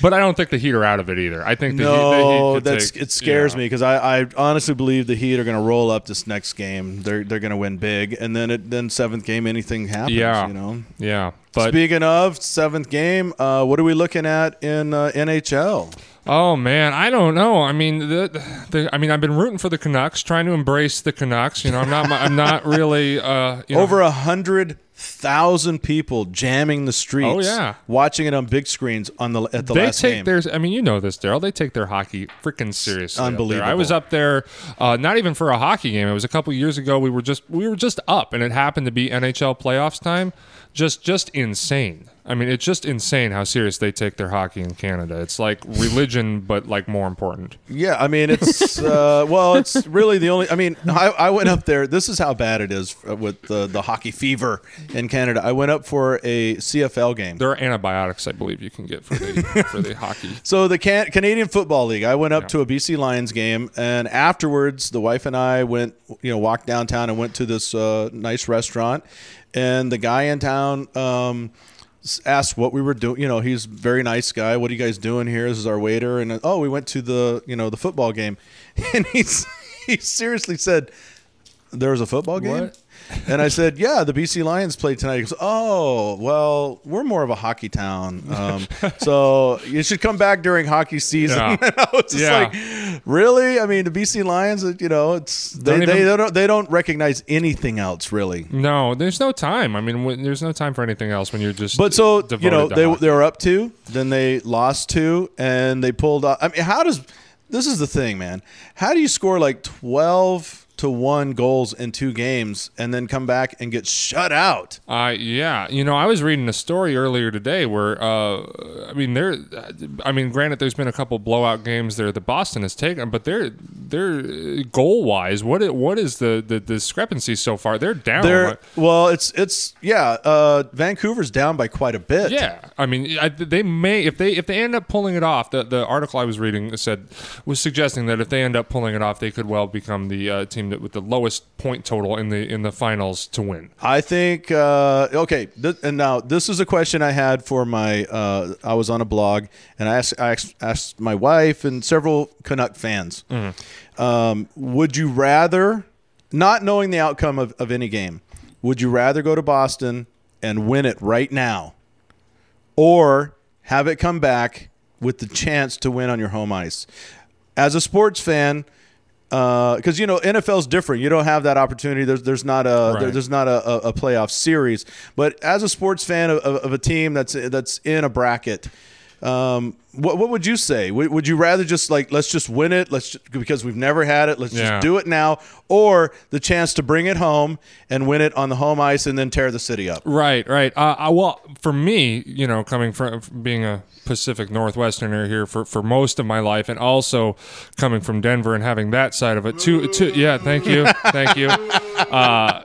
But I don't think the Heat are out of it either. I think the Heat- the Heat,
no,
could
that's
take-
it scares me because I, I honestly believe the Heat are going to roll up this next game. They're they're going to win big, and then it, then seventh game anything happens.
Yeah,
you know.
yeah. But
Speaking of seventh game, uh, what are we looking at in uh, NHL?
oh man, I don't know. I mean, the, the I mean, I've been rooting for the Canucks, trying to embrace the Canucks. You know, I'm not. I'm not really uh, you know,
Over a hundred thousand people jamming the streets.
Oh, yeah.
watching it on big screens on the at the
they
last
take
game.
theirs. I mean, you know this, Daryl. They take their hockey freaking seriously. up there. I was
unbelievable.
up there, uh, not even for a hockey game. It was a couple years ago. We were just we were just up, and it happened to be NHL playoffs time. Just just insane. I mean, it's just insane how serious they take their hockey in Canada. It's like religion, but like more important.
Yeah, I mean
(laughs)
it's uh, well, it's really the only. I mean, I, I went up there. This is how bad it is uh, with the the hockey fever in Canada. I went up for a CFL game.
There are antibiotics, I believe, you can get for the for the hockey.
So the Can- Canadian Football League. I went up to a BC Lions game, and afterwards, the wife and I went, you know, walked downtown and went to this uh, nice restaurant. And the guy in town um, s- asked what we were doing. You know, he's a very nice guy. What are you guys doing here? This is our waiter. And oh, we went to the you know the football game, (laughs) and he's he seriously said there was a football game.
What?
(laughs) And I said, "Yeah, the BC Lions played tonight." He goes, "Oh, well, we're more of a hockey town,
(laughs)
um, so you should come back during hockey season."
Yeah.
(laughs) And I was just
Yeah.
like, "Really? I mean, the BC Lions, uh, you know, it's they
Don't
they
even-
don't they don't recognize anything else really."
No, there's no time. I mean, when, there's no time for anything else when you're just.
But so
devoted
you know,
to
they
hockey.
they were up two, then they lost two, and they pulled off. I mean, how does this is the thing, man? How do you score like twelve to one goals in two games and then come back and get shut out?
Uh, yeah, you know, I was reading a story earlier today where, uh, I mean, there, I mean, granted, there's been a couple blowout games there that Boston has taken, but they're they're goal wise. What i- what is the, the discrepancy so far? They're down.
They're well, it's it's yeah. Uh, Vancouver's down by quite a bit.
Yeah, I mean, I, they may if they if they end up pulling it off. The the article I was reading said was suggesting that if they end up pulling it off, they could well become the uh, team that with the lowest point total in the in the finals to win.
I think uh, okay. Th- and now this is a question I had for my. Uh, I was on a blog and I asked I asked, asked my wife and several Canuck fans. Um, would you rather, not knowing the outcome of, of any game, would you rather go to Boston and win it right now, or have it come back with the chance to win on your home ice? As a sports fan, because you know NFL's different. You don't have that opportunity. There's there's not a there-
Right.
there's not a, a, a playoff series. But as a sports fan of, of, of a team that's that's in a bracket. Um, what what would you say? Would, would you rather just like let's just win it, let's ju- because we've never had it, let's
Yeah.
just do it now, or the chance to bring it home and win it on the home ice and then tear the city up?
Right, right. Uh, I, well, for me, you know, coming from from being a Pacific Northwesterner here for, for most of my life, and also coming from Denver and having that side of it, two, two yeah, thank you, thank you. Uh,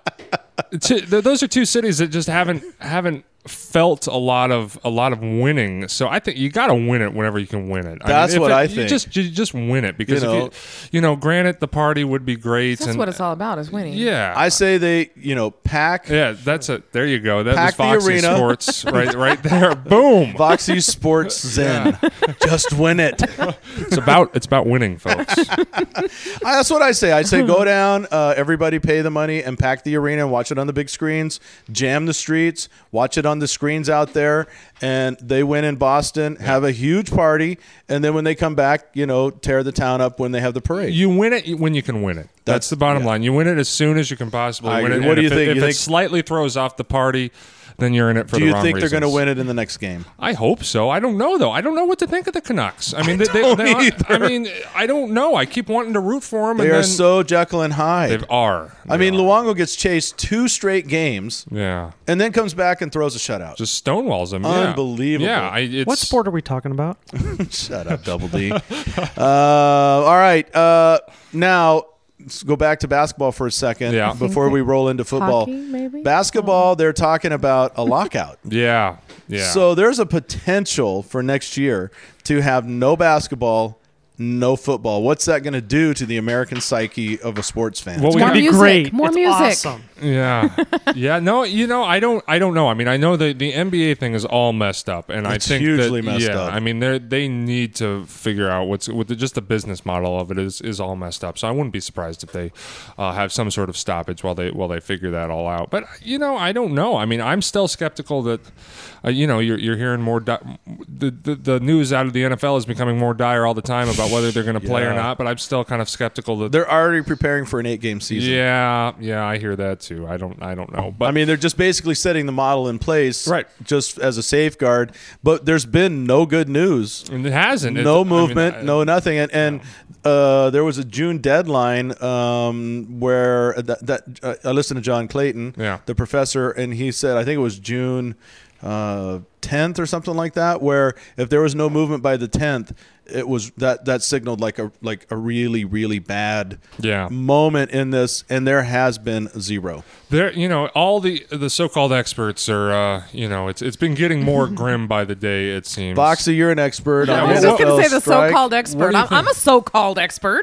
two, th- those are two cities that just haven't haven't felt a lot of a lot of winning. So I think you got to win it whenever you can win it.
That's
if
what
it-
I
you
think.
Just you just win it because
You
if you,
know.
you know, granted, the party would be great.
That's
and,
what it's all about is winning.
yeah,
I say they, you know, pack.
uh, Yeah, that's it. There you go. That
Pack
was
the
Foxy
arena. (laughs)
Sports right, right there. Boom.
Foxy Sports
(laughs)
Zen, just win it.
It's about it's about winning, folks.
(laughs) I, that's what I say. I say
(laughs)
go down, uh, everybody pay the money and pack the arena and watch it on the big screens, jam the streets, watch it on the screens out there, and they win in Boston, have a huge party, and then when they come back, you know, tear the town up when they have the parade.
You win it when you can win it. That's the bottom line. You win it as soon as you can possibly
I
win it.
agree. What
And
do
if it-
you think?
If
You
it
think-
slightly throws off the party, then you're in it for
Do
the
you
wrong
think they're going to
reasons.
win it in the next game?
I hope so. I don't know though. I don't know what to think of the Canucks. I mean, they, they, they are- I mean, I don't know. I keep wanting to root for them.
They
and
are
then
so Jekyll and Hyde.
they are.
I mean, Luongo gets chased two straight games
Yeah,
and then comes back and throws a shutout.
just stonewalls them. Yeah.
Unbelievable.
Yeah, I, it's,
what sport are we talking about?
Shut up, Double D. uh, all right. Uh, now, let's go back to basketball for a second
Yeah.
before we roll into football.
Hockey, maybe?
Basketball, they're talking about a lockout.
Yeah, (laughs) yeah.
So there's a potential for next year to have no basketball, no football. What's that going to do to the American psyche of a sports fan?
Well, It's we- gonna
It'd be
music,
great.
more
It's
music.
Awesome.
Yeah, yeah. No, you know, I don't, I don't know. I mean, I know the the NBA thing is all messed up, and I
It's
think
hugely
that,
messed
yeah,
up.
I mean, they they need to figure out what's what the, just the business model of it is is all messed up. So I wouldn't be surprised if they uh, have some sort of stoppage while they while they figure that all out. But you know, I don't know. I mean, I'm still skeptical that uh, you know you're you're hearing more. Do- the, the the news out of the NFL is becoming more dire all the time about whether they're going to play or
Yeah.
not. But I'm still kind of skeptical that
They're already preparing for an eight-game season.
Yeah, yeah, I hear that too. I don't, I don't know, but
I mean, they're just basically setting the model in place, right? Just as a safeguard. But there's been no good news.
And it hasn't. It- I
No
mean, uh,
movement.
I-
no nothing. And, and uh, there was a June deadline um, where that, that uh, I listened to John Clayton,
Yeah.
the professor, and he said I think it was June. Uh, 10th or something like that where if there was no movement by the 10th it was that that signaled like a like a really really bad
Yeah.
moment in this and there has been zero
There, you know, all the the so-called experts are, uh, you know, it's it's been getting
(laughs)
more grim by the day. It seems.
Boxy, you're an expert.
Yeah,
on
I was
the
just gonna
NFL
Say the
strike.
so-called
What
expert.
do you
I'm, I'm a so-called expert.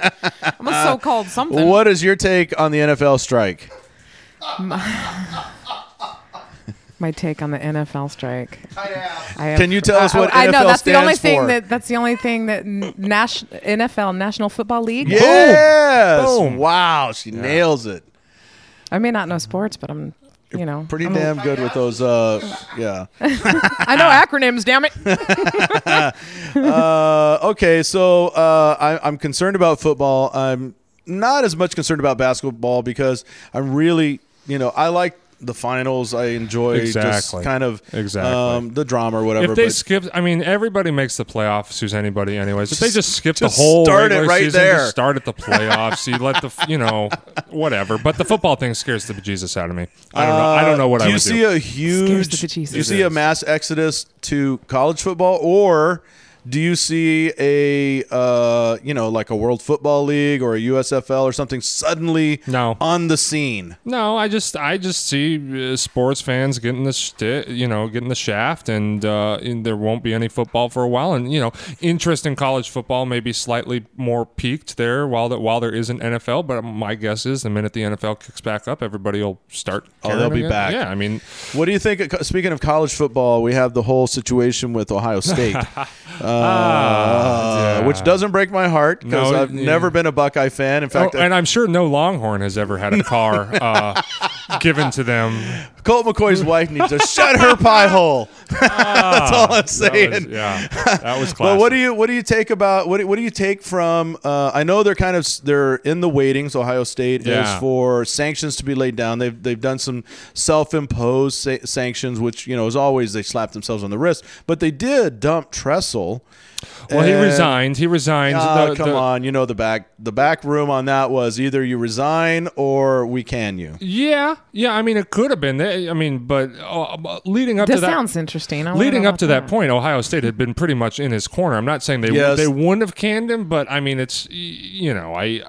(laughs)
I'm a so-called something.
What is your take on the NFL strike?
My, my take on the NFL strike. I
Can you tell us what
I, I know
NFL
that's the only
stands
thing
for?
that that's the only thing that n- Nash, NFL National Football League.
Yes. Wow, she nails it.
I may not know sports, but I'm you know
Pretty
I'm a-
damn Ah. good with those. Uh, yeah.
I know acronyms.
(laughs)
Damn it.
uh, okay, so uh, I, I'm concerned about football. I'm not as much concerned about basketball because I'm really, you know, I like the finals. I enjoy
Exactly.
just kind of
Exactly.
um, the drama or whatever.
if they
but-
skip, I mean, everybody makes the playoffs. Who's anybody, anyways? If they just skip
just
the whole
start it
regular
right
season,
there.
just start
(laughs)
at the playoffs. you let the, f- you know, whatever. But the football thing scares the bejesus out of me. I don't know. I don't know what
Uh,
I
do
would
you see
do.
a huge you see a mass exodus to college football or do you see a uh, you know like a World Football League or a USFL or something suddenly
no.
on the scene?
No, I just I just see uh, sports fans getting the shti you know, getting the shaft, and, uh, and there won't be any football for a while. And you know, interest in college football may be slightly more peaked there while that while there isn't NFL. But my guess is the minute the NFL kicks back up, everybody will start.
Oh, they'll
caring
be
again.
back.
Yeah, I mean,
what do you think? uh, Speaking of college football, we have the whole situation
(laughs)
with Ohio State, uh,
Ah, yeah.
which doesn't break my heart because
No,
I've
yeah.
never been a Buckeye fan. In fact,
oh, and I'm sure no Longhorn has ever had a
(laughs)
car uh, given to them.
Colt McCoy's wife needs to shut her pie hole. (laughs) That's all I'm
Ah. that was-
saying.
yeah, that was
(laughs) But
classic.
what do you what do you take about what do, what do you take from? Uh, I know they're kind of s- they're in the waiting. So Ohio State
Yeah.
is for sanctions to be laid down. They've they've done some self imposed sa- sanctions, which you know as always they slap themselves on the wrist. But they did dump Tressel.
Well, he
And-
resigned. He resigned.
Ah,
The-
come
the-
on, you know the back the back room on that was either you resign or we can you.
Yeah, yeah. I mean, it could have been. that- I mean, but uh, but leading up
This
to that,
sounds interesting. I wanna
leading
know
up to
about
that, point, Ohio State had been pretty much in his corner. I'm not saying they
Yes.
they wouldn't have canned him, but I mean, it's y- you know, I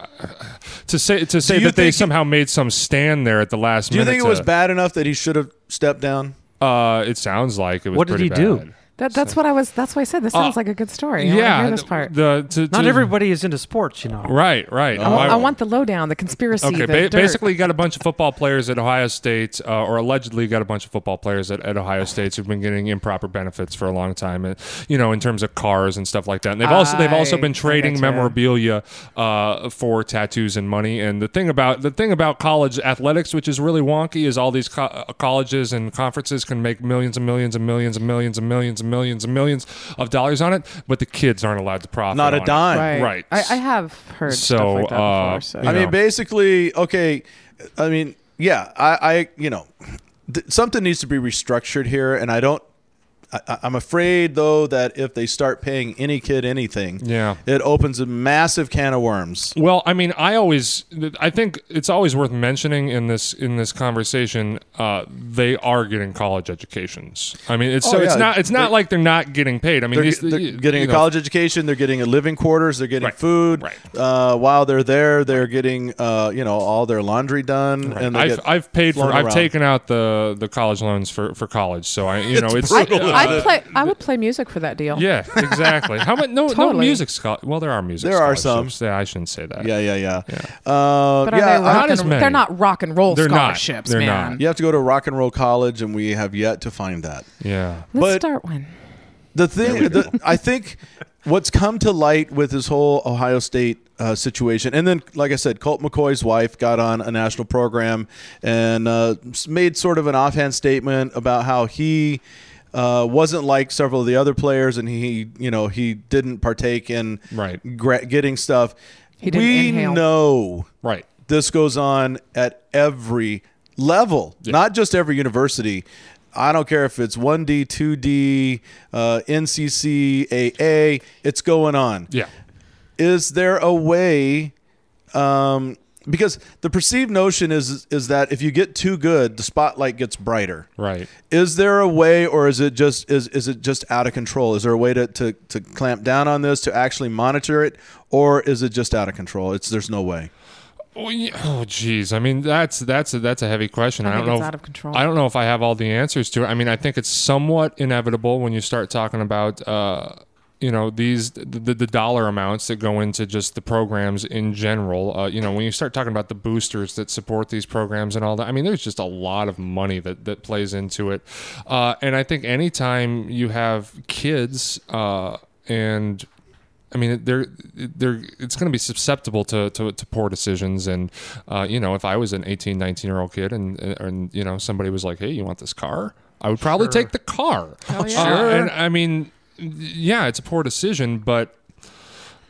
to say to say
you
that they
think-
somehow made some stand there at the last
Do you
minute.
think it
to-
was bad enough that he should have stepped down?
Uh, it sounds like it was.
What did
pretty
he
bad.
do?
That, that's what I was. That's why I said this sounds like a good story. I wanna
Uh, yeah,
hear this
th-
part.
The, to,
Not
to-
everybody
is into sports, you know.
Right, right.
I, wa-
Why-
I want the lowdown, the conspiracy.
Okay,
the
ba-
dirt.
basically, you got a bunch of football players at Ohio State, uh, or allegedly got a bunch of football players at, at Ohio State who've been getting improper benefits for a long time. uh, You know, in terms of cars and stuff like that. And they've also they've also
I- I
been trading
gotcha.
memorabilia uh, for tattoos and money. And the thing about the thing about college athletics, which is really wonky, is all these co- uh, colleges and conferences can make millions and millions and millions and millions and millions and millions and millions of dollars on it, but the kids aren't allowed to profit.
Not a
on it.
dime.
right?
I, I have heard stuff
So,
like that
uh,
before. So.
you
I mean, basically, okay. I mean, yeah, I, I you know, th- something needs to be restructured here, and I don't. I- I, I'm afraid though that if they start paying any kid anything,
Yeah.
it opens a massive can of worms.
Well, I mean, I always, I think it's always worth mentioning in this in this conversation. Uh, they are getting college educations. I mean, it's
Oh,
so it's
yeah.
not it's not
They're-
like they're not getting paid. I mean,
they're,
these,
they're
you-
getting
you
a
know,
college education. They're getting a living quarters. They're getting food. Right. Uh, while they're there, they're getting uh, you know all their laundry done. And they
I've,
get
I've paid for
flown
I've
around.
taken out the the college loans for for college. So I you know it's uh,
I,
(laughs)
I'd play, I would play music for that deal.
Yeah, exactly. How much? No, no
Totally.
music scho- Well, there are music.
There are some.
scholarships. Yeah, I shouldn't say that.
Yeah, yeah, yeah. Uh,
But are
yeah,
they
I-
rock and, They're not rock and roll
They're not.
scholarships,
They're
man.
not. You have to go to rock and roll college, and we have yet to find that.
Yeah.
Let's
But-
start one.
The thing, the, I think, what's come to light with this whole Ohio State uh, situation, and then, like I said, Colt McCoy's wife got on a national program and uh, s- made sort of an offhand statement about how he uh, wasn't like several of the other players, and he, you know, he didn't partake in right. gra- getting stuff.
He didn't
we
inhale.
know
right.
this goes on at every level, not just every university. I don't care if it's 1D, 2D, uh, NCC, AA, it's going on
Yeah.
is there a way um because the perceived notion is is that if you get too good the spotlight gets brighter
right
is there a way or is it just is is it just out of control is there a way to to, to clamp down on this to actually monitor it or is it just out of control it's there's no way
Oh, ye- oh, geez. I mean, that's that's a, that's a heavy question.
I
I,
think
don't know.
it's
if-
out of control.
I don't know if I have all the answers to it. I mean, I think it's somewhat inevitable when you start talking about, uh, you know, these the, the dollar amounts that go into just the programs in general. Uh, you know, when you start talking about the boosters that support these programs and all that. I mean, there's just a lot of money that that plays into it, uh, and I think anytime you have kids uh, and I mean, they're they're it's going to be susceptible to, to, to poor decisions, and uh, you know, if I was an 18, 19 year old kid, and uh, and you know, somebody was like, "Hey, you want this car?" I would probably
Sure.
take the car.
Oh, yeah.
Uh,
Sure.
and I mean, yeah, it's a poor decision, but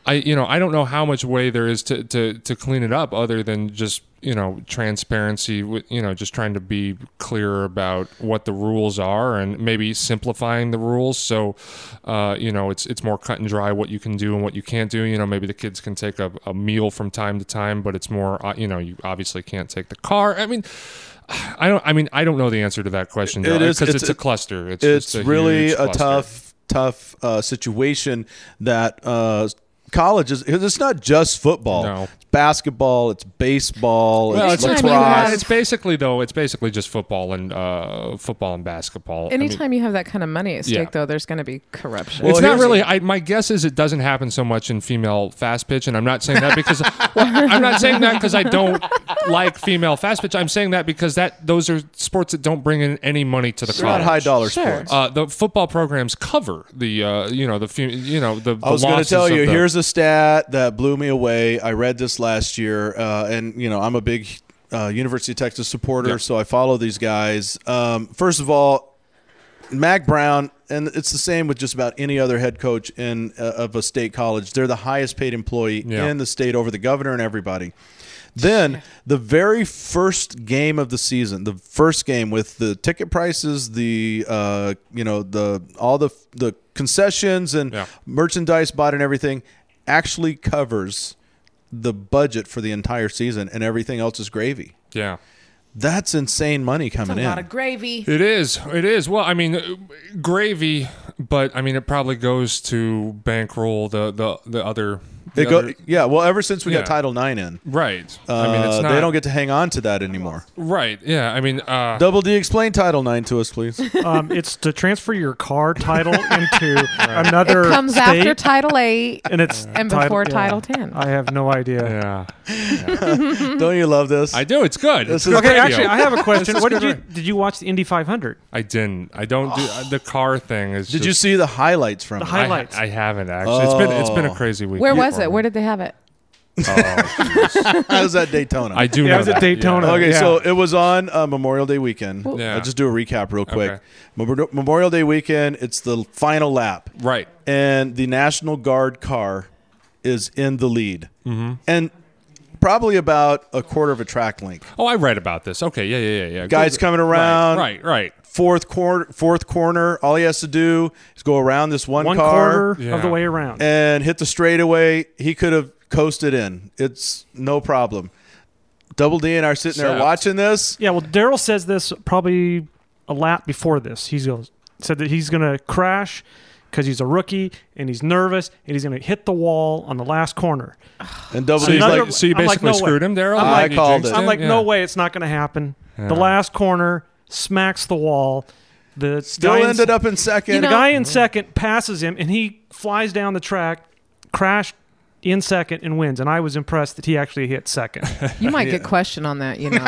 I you know I don't know how much way there is to to to clean it up other than just you know transparency with you know just trying to be clear about what the rules are and maybe simplifying the rules so uh, you know it's it's more cut and dry what you can do and what you can't do you know maybe the kids can take a, a meal from time to time but it's more uh, you know you obviously can't take the car I mean I don't I mean I don't know the answer to that question
It is-
because it's, a cluster it's,
it's
just
really
huge
a
cluster.
tough tough uh, situation that uh, colleges because it's not just football it's basketball it's baseball
Well,
it's
it's, it's,
lacrosse
it's basically though. It's basically just football and uh, football and basketball. I mean,
Anytime you have that kind of money at stake,
Yeah.
though, there's going to be corruption.
it's not really. I, my guess is it doesn't happen so much in female fast pitch, and I'm not saying that because (laughs) well, I'm not saying that because I don't like female fast pitch. I'm saying that because that those are sports that don't bring in any money to the
They're not
college.
high-dollar Sure. sports.
Uh, the football programs cover the uh, you know the fe- you know the.
I was
going to
tell you.
The,
Here's a stat that blew me away. I read this last year, uh, and you know I'm a big uh, University of Texas supporter,
Yeah.
so I follow these guys. Um, first of all, Mac Brown, and it's the same with just about any other head coach in uh, of a state college. They're the highest paid employee
Yeah.
in the state over the governor and everybody. Then the very first game of the season, the first game with the ticket prices, the uh, you know the all the the concessions and merchandise bought and everything, actually covers the budget for the entire season, and everything else is gravy.
yeah.
That's insane money coming in.
gravy.
It is. It is. Well, I mean, uh, gravy, but I mean, it probably goes to bankroll the the the other. The
It go,
other-
yeah. Well, ever since we
Yeah.
got Title IX in,
Right.
Uh,
I mean, it's
they
not-
don't get to hang on to that anymore.
right. Yeah. I mean, uh,
Double D, explain Title IX to us, please.
Um, it's to transfer your car
(laughs)
title into another
it comes
state,
after Title Eight,
and it's
and
title-
before
yeah.
Title Ten.
I have no idea.
Yeah.
Don't you love this?
I do. It's good.
This
It's
is
good
okay,
radio.
actually, I have a
This
question.
is
What did
good
you
radio.
did you watch the Indy 500?
I didn't. I don't do
Oh.
uh, the car thing. Is
Did you see the highlights from
The
I-
highlights.
I, haven't actually. It's been it's been a
Oh.
crazy week.
Where was it? Where did they have it?
I was at Daytona.
I do Yeah, know I was at that, yeah. Daytona,
Okay,
yeah.
so it was on uh, Memorial Day weekend.
Yeah.
I'll just do a recap real quick.
Okay.
Memor- Memorial Day weekend, it's the final lap.
Right.
And the National Guard car is in the lead.
Mm-hmm.
And probably about a quarter of a track length.
Oh, I read about this. Okay. Yeah. Yeah. Yeah. yeah.
Guys
Good.
coming
Right,
around.
Right. Right.
Fourth corner, fourth corner. All he has to do is go around this one,
One
car
quarter of the way around.
and hit the straightaway. He could have coasted in. It's no problem. Double D and I are sitting there
Except-
watching this.
Yeah, well, Daryl says this probably a lap before this. He's goes said that he's going to crash because he's a rookie and he's nervous and he's going to hit the wall on the last corner.
And double
So you
Another-
like- so you
I'm like,
basically
no way.
screwed him, Daryl?
I'm
I
like,
called it.
I'm like,
Yeah.
no way, it's not going to happen.
Yeah.
The last corner smacks the wall. The
Still
guy in-
ended up in second.
the guy in second passes him and he flies down the track, crashed in
(laughs)
second and wins. And I was impressed that he actually hit second.
You might get questioned on that, you know.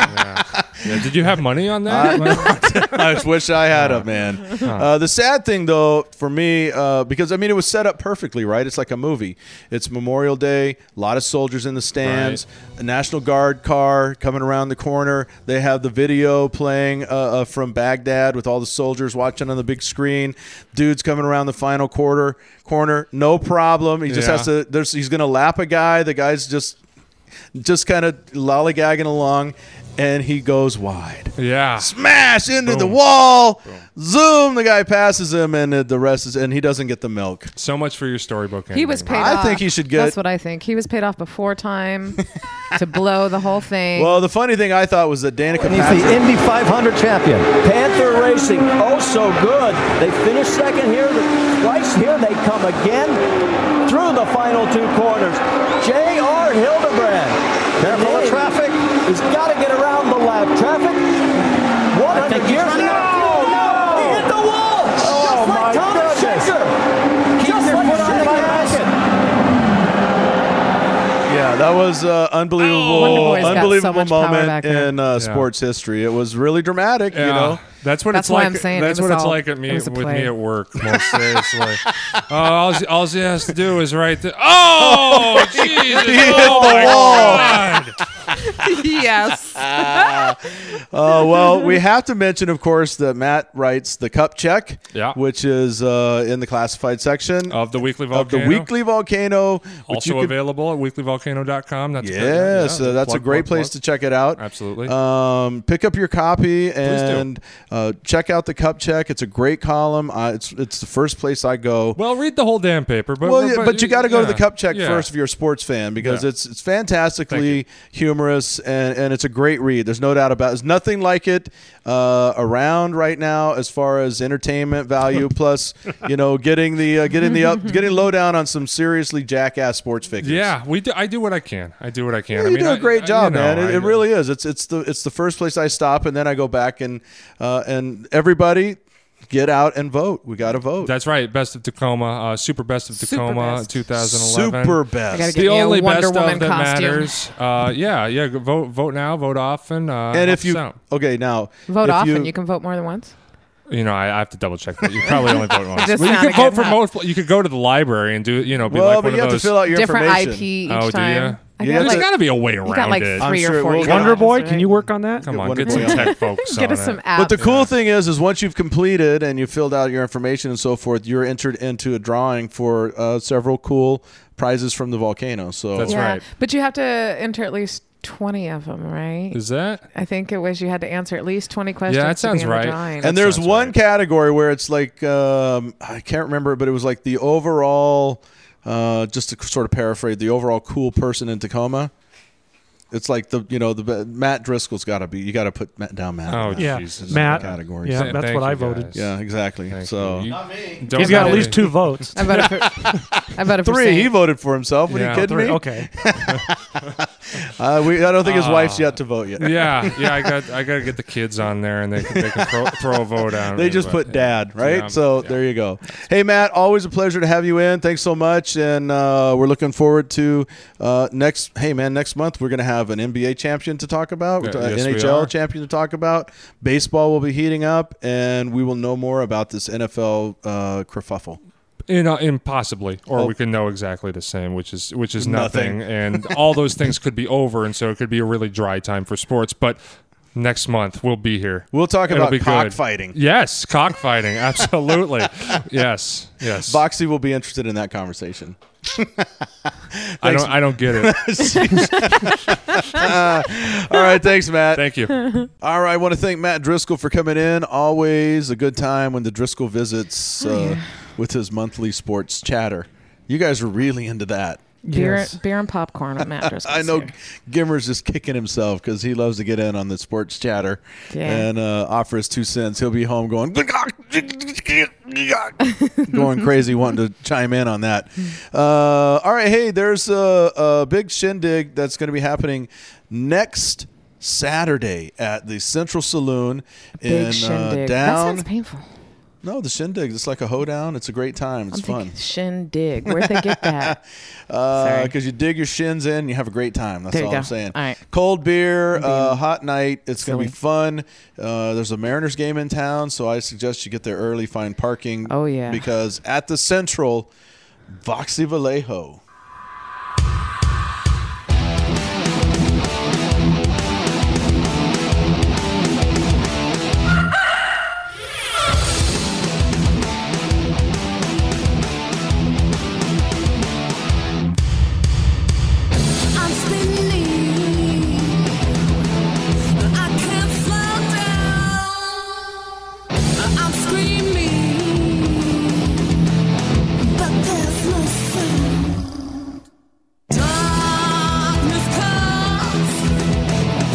Yeah, did you have money on that?
I just wish I had a man.
Huh.
Uh, the sad thing, though, for me, uh, because I mean, it was set up perfectly, right? It's like a movie. It's Memorial Day, a lot of soldiers in the stands, a National Guard car coming around the corner. They have the video playing uh, uh, from Baghdad with all the soldiers watching on the big screen. Dude's coming around the final quarter corner, no problem. He just
Yeah.
has to. There's, he's gonna lap a guy. The guy's just just kind of lollygagging along, and he goes wide.
Yeah.
Smash into the wall. Zoom. The guy passes him, and the rest is, and he doesn't get the milk.
So much for your storybook.
He was paid
I
off.
think he should get.
That's what I think. He was paid off before time to blow the whole thing.
well, the funny thing I thought was that Danica.
He's
Patrick-
the Indy 500 champion. Panther Racing, oh so good. They finish second here, twice here they come again through the final two corners. J.R. Hildebrand. Careful of traffic. He's got to get around the lap. Traffic, 100 gears. No, no, Oh he hit the wall. just like Thomas Schaefer. Just like Thomas
Yeah, that was uh,
Oh, Wonder
unbelievable,
Boy's got so
unbelievable
much power
moment
back there.
in uh,
Yeah.
sports history. It was really dramatic. You
Yeah.
know,
That's what it's like. that's what it's like at me with me at
(laughs)
work. Most days, like, oh, all, she- all she has to do is right there. Oh, Jesus!
He hit
oh
the
my
wall.
God.
(laughs) yes.
uh, well, we have to mention, of course, that Matt writes the cup check,
Yeah. Oh,
which is uh, in the classified section
Of the weekly
of
volcano.
the weekly volcano. which
also
you can-
available at weeklyvolcano.com. That's great.
Yeah, so that's
Plug,
a great
plug,
place
plug.
to check it out.
Absolutely.
Um, pick up your copy
do.
and uh, check out the cup check. It's a great column. Uh, it's it's the first place I go.
Well, read the whole damn paper, but
well, yeah, but you got to go to the
yeah,
cup check
yeah.
first if you're a sports fan because
Yeah.
it's it's fantastically humorous and, and it's a great read. There's no doubt about it. There's nothing like it uh, around right now as far as
(laughs)
entertainment value. plus, you know, getting the uh, getting the up getting low down on some seriously jackass sports figures.
Yeah, we do, I do what I can. I do what I can.
Yeah,
I
you
mean,
do
I-
a great
I-
job,
you know,
man. It,
I-
it really is. It's it's the it's the first place I stop, and then I go back and uh, and everybody get out and vote. We got to
(laughs)
vote.
That's right. Best of Tacoma, uh, super best of
Super
Tacoma,
best.
2011.
Super best. I gotta get
the
me a
only
Wonder
best
Woman
of that
costume.
matters. Uh, yeah, yeah. go Vote, vote now. Vote often. Uh,
and
helps
if you
us out.
okay now
Vote
if
often. You, can vote more than once.
you know, I, I have to double check that. You probably only vote once.
Just
Well, you
sounded
could vote
good,
for
huh?
multiple. You could go to the library and do you know be
Well,
like
but
one
you
of
have to
those
fill out your
Different information. IP each
oh, do
time.
you?
I got
There's
(laughs) like-
got to be a way
you
around
got like
it.
three I'm or sure it four will. you got
Wonder
on,
Boy,
right?
can you work on that?
Come on, get some
(laughs)
tech folks.
Get
on
us
it.
some
But the
apps.
cool thing is, is once you've completed and you filled out your information and so forth, you're entered into a drawing for uh, several cool prizes from the volcano. So
Yeah, But you have to enter at least 20 of them, right?
Is that?
I think it was you had to answer at least 20 questions.
that
to
sounds
be in the
right.
drawing.
And there's one category where it's like um, I can't remember, but it was like the overall, uh, just to sort of paraphrase, the overall cool person in Tacoma. It's like the you know the be- Matt Driscoll's got to be you got to put Matt down Matt.
Oh,
Matt.
Yeah,
Jesus.
Matt.
category.
Yeah, that's Thank what I you, voted. guys.
Yeah, exactly. so
Don't He's got at least
(laughs)
two votes.
I voted for, I voted for
three.
Saint.
He voted for himself. What are
Yeah.
you kidding
Three,
me? (laughs)
okay.
uh, we, I don't think his
Ah.
wife's yet to vote yet.
(laughs) yeah,
(laughs)
yeah. I got I got to get the kids on there, and they can, they can throw, throw a vote out.
They just put dad, right?
Yeah.
so there you go. Hey, Matt, always a pleasure to have you in. Thanks so much. And uh, we're looking forward to uh, next. Hey, man, next month we're going to have an NBA champion to talk about,
Yeah,
uh,
yes, we are.
NHL champion to talk about. Baseball will be heating up, and we will know more about this NFL uh, kerfuffle.
in, uh, impossibly, or
Oh.
we can know exactly the same, which is which is
Nothing.
nothing, and all those things could be over, and so it could be a really dry time for sports. But next month we'll be here.
We'll talk
It'll
about
be good.
cockfighting.
Yes, cockfighting, absolutely. yes, yes.
Boxy will be interested in that conversation.
(laughs) I don't I don't get it.
(laughs) all right, thanks, Matt.
Thank you.
All right, I want to thank Matt Driscoll for coming in. Always a good time when the Driscoll visits uh, with his monthly sports chatter. You guys are really into that.
Beer, beer and popcorn with Matt Driscoll.
(laughs) I know Gimmer's just kicking himself because he loves to get in on the sports chatter
Yeah.
and uh, offer his two cents. He'll be home going (laughs) going crazy, wanting to chime in on that. Uh, all right, hey, there's a, a big shindig that's going to be happening next Saturday at the Central Saloon
Big
in uh,
shindig. that
down
sounds painful.
No, the shindig. It's like a hoedown. It's a great time. It's fun.
Shindig. Where'd they get that?
(laughs) Because Uh, you dig your shins in, you have a great time. That's
There you
all
go.
I'm saying.
All right.
Cold beer, uh, hot night. It's going to be
Silly.
fun. Uh, there's a Mariners game in town, so I suggest you get there early, find parking. Oh,
yeah.
Because at the Central, Voxy Vallejo.
I'm spinning, but I can't slow down. I'm screaming, but there's no sound. Darkness comes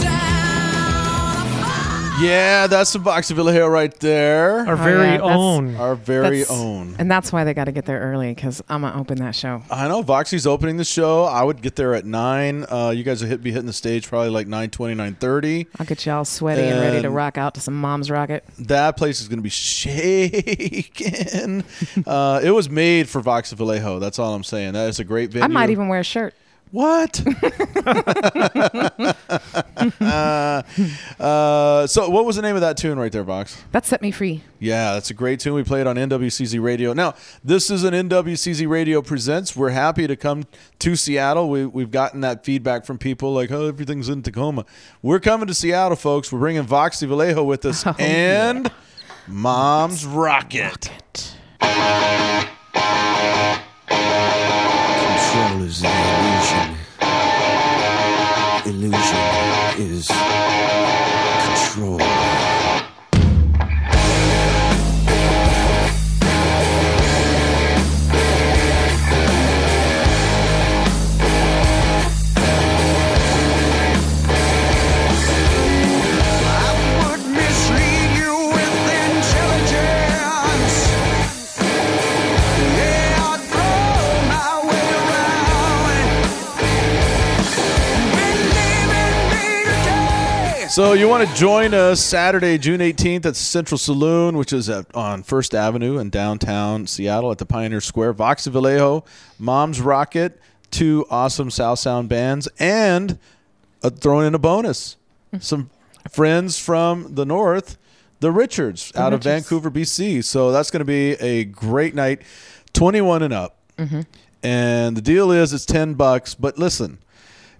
down.
Yeah, that's the Voxy Vallejo right there.
Our Oh, very yeah, that's- own.
Our very
That's-
own.
And that's why they got to get there early because I'm going to open that show.
I know Voxy's opening the show. I would get there at nine. Uh, you guys will hit, be hitting the stage probably like 9.20, 9.30.
I'll get y'all sweaty and, ready to
And-
rock out to some Mom's Rocket.
That place is going to be shaking. (laughs) uh, it was made for Vox Vallejo. That's all I'm saying. That is a great venue.
I might even wear a shirt.
What? (laughs) uh, uh, so, what was the name of that tune right there, Vox?
That set me free.
Yeah, that's a great tune. We play it on NWCZ Radio. Now, this is an NWCZ Radio Presents. We're happy to come to Seattle. We, we've gotten that feedback from people like, oh, everything's in Tacoma. We're coming to Seattle, folks. We're bringing Voxy Vallejo with us and Mom's Rocket.
Control is an illusion. Illusion is control.
would mislead you with intelligence. Yeah, I'd throw my way around. Believe in me today.
So you want to join us Saturday, June 18th at Central Saloon, which is at, on First Avenue in downtown Seattle at the Pioneer Square. Vox Vallejo, Mom's Rocket, two awesome South Sound bands, and uh throwing in a bonus. Some friends from the North, the Richards, out of Vancouver, BC. So that's going to be a great night, 21 and up. And the deal is it's 10 bucks, but listen,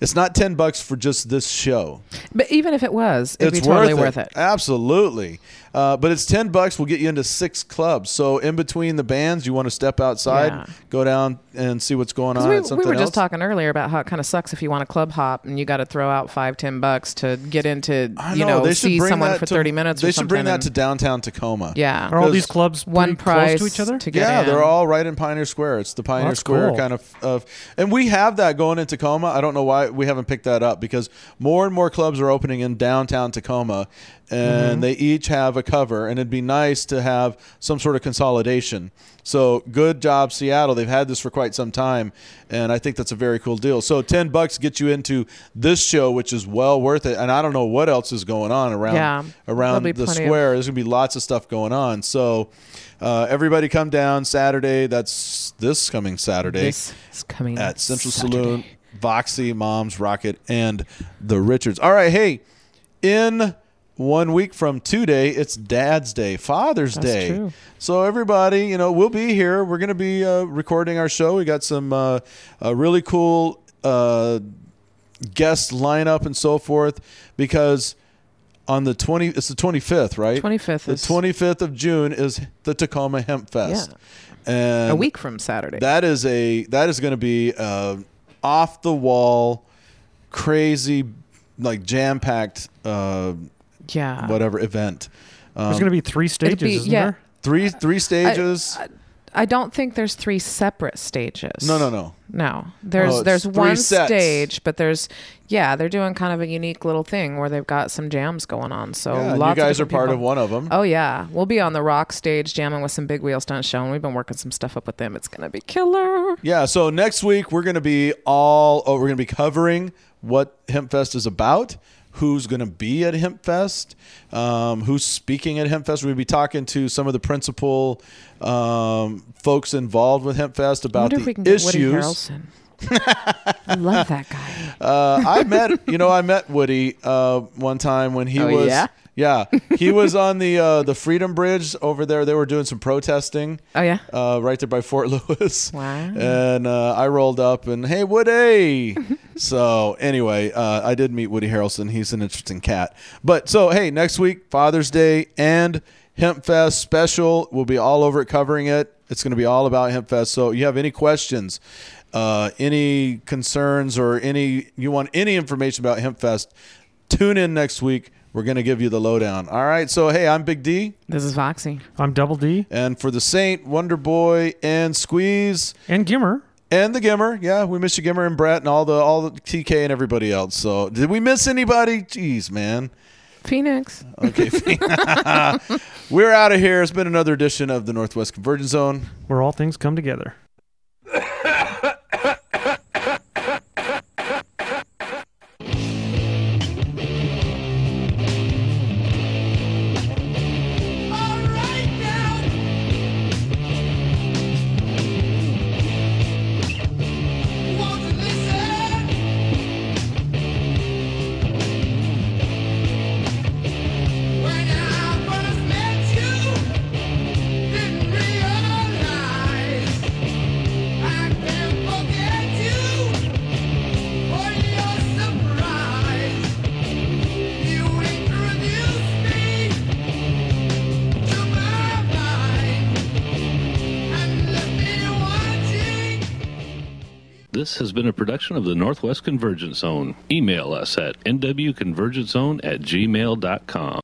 it's not 10 bucks for just this show
But even if it was, it'd be totally worth it.
absolutely uh, but it's 10 bucks will get you into six clubs so in between the bands you want to step outside
Yeah.
go down and see what's going
'Cause
on at
we, we
Uh, something
were just
else
talking earlier about how it kind of sucks if you want a club hop and you got to throw out five, ten bucks to get into,
I
you know,
they should
see
bring
someone
that
for
to-
30 minutes
they
or
should
something.
bring that
and-
to downtown tacoma
Yeah. Are all these
clubs
One pretty close to price each other? to get
yeah
in.
they're all right in pioneer square it's the pioneer
that's
square
cool.
kind of, of and we have that going in tacoma i don't know why we haven't picked that up because more and more clubs are opening in downtown tacoma and
Mhm.
they each have a cover and it'd be nice to have some sort of consolidation so good job seattle they've had this for quite some time and i think that's a very cool deal so 10 bucks gets you into this show which is well worth it and i don't know what else is going on around
Yeah.
around
There'll be
the
plenty of-
square there's gonna be lots of stuff going on so uh, everybody come down saturday that's this coming saturday
This is coming
at central saloon voxy moms rocket and the richards all right hey in one week from today it's dad's day father's
That's
day
true.
so everybody, you know, we'll be here. We're going to be uh, recording our show. We got some uh, uh, really cool uh, guest lineup and so forth because on the 20 it's the 25th, right?
25th
The
is-
25th of June is the Tacoma Hemp Fest.
Yeah.
And
A week from Saturday.
That is a that is going to be uh, off the wall crazy like jam-packed uh,
yeah.
whatever event.
There's
Um,
gonna be three
It'd
stages,
be-
isn't
yeah.
there?
Three three
I-
stages.
I, I don't think there's three separate stages.
uh, No, no, no.
No. There's
No, it's
there's
three
one
sets.
stage, but there's yeah, they're doing kind of a unique little thing where they've got some jams going on. So
Yeah, and you
lots of
guys are
different
part of
people.
one of them.
Oh yeah, we'll be on the rock stage jamming with some big wheel stunt show, and we've been working some stuff up with them. It's gonna be killer.
Yeah, so next week we're going to be all oh, we're going to be covering what Hempfest is about. who's going to be at Hemp Fest, um, who's speaking at Hemp Fest. We'll be talking to some of the principal um, folks involved with Hemp Fest about
wonder
the
if we can get
issues.
Woody Harrelson. (laughs) I love that guy.
Uh, I
(laughs)
met, you know, I met Woody uh, one time when he
Oh,
was,
yeah?
yeah, he
(laughs)
was on the uh, the Freedom Bridge over there. They were doing some protesting.
Oh, yeah?
uh, right there by Fort (laughs) Lewis.
Wow.
And uh, I rolled up and hey,
(laughs)
Woody. so anyway, uh, I did meet Woody Harrelson. He's an interesting cat. But so hey, next week Father's Day and Hemp Fest special. We'll be all over it, covering it. It's going to be all about Hemp Fest. So you have any questions? Uh, any concerns or any you want any information about Hemp Fest? Tune in next week. We're going to give you the lowdown. All right. So, hey, I'm Big D.
This is Voxy.
I'm Double D.
And for the Saint, Wonder Boy, and Squeeze.
And Gimmer.
And the Gimmer. Yeah, we miss you, Gimmer and Brett and all the all the TK and everybody else. So, did we miss anybody? Jeez, man.
Phoenix.
Okay. (laughs) We're out of here. It's been another edition of the Northwest Convergence Zone.
Where all things come together.
(laughs) This has been a production of the Northwest Convergence Zone. Email us at nwconvergencezone at gmail.com.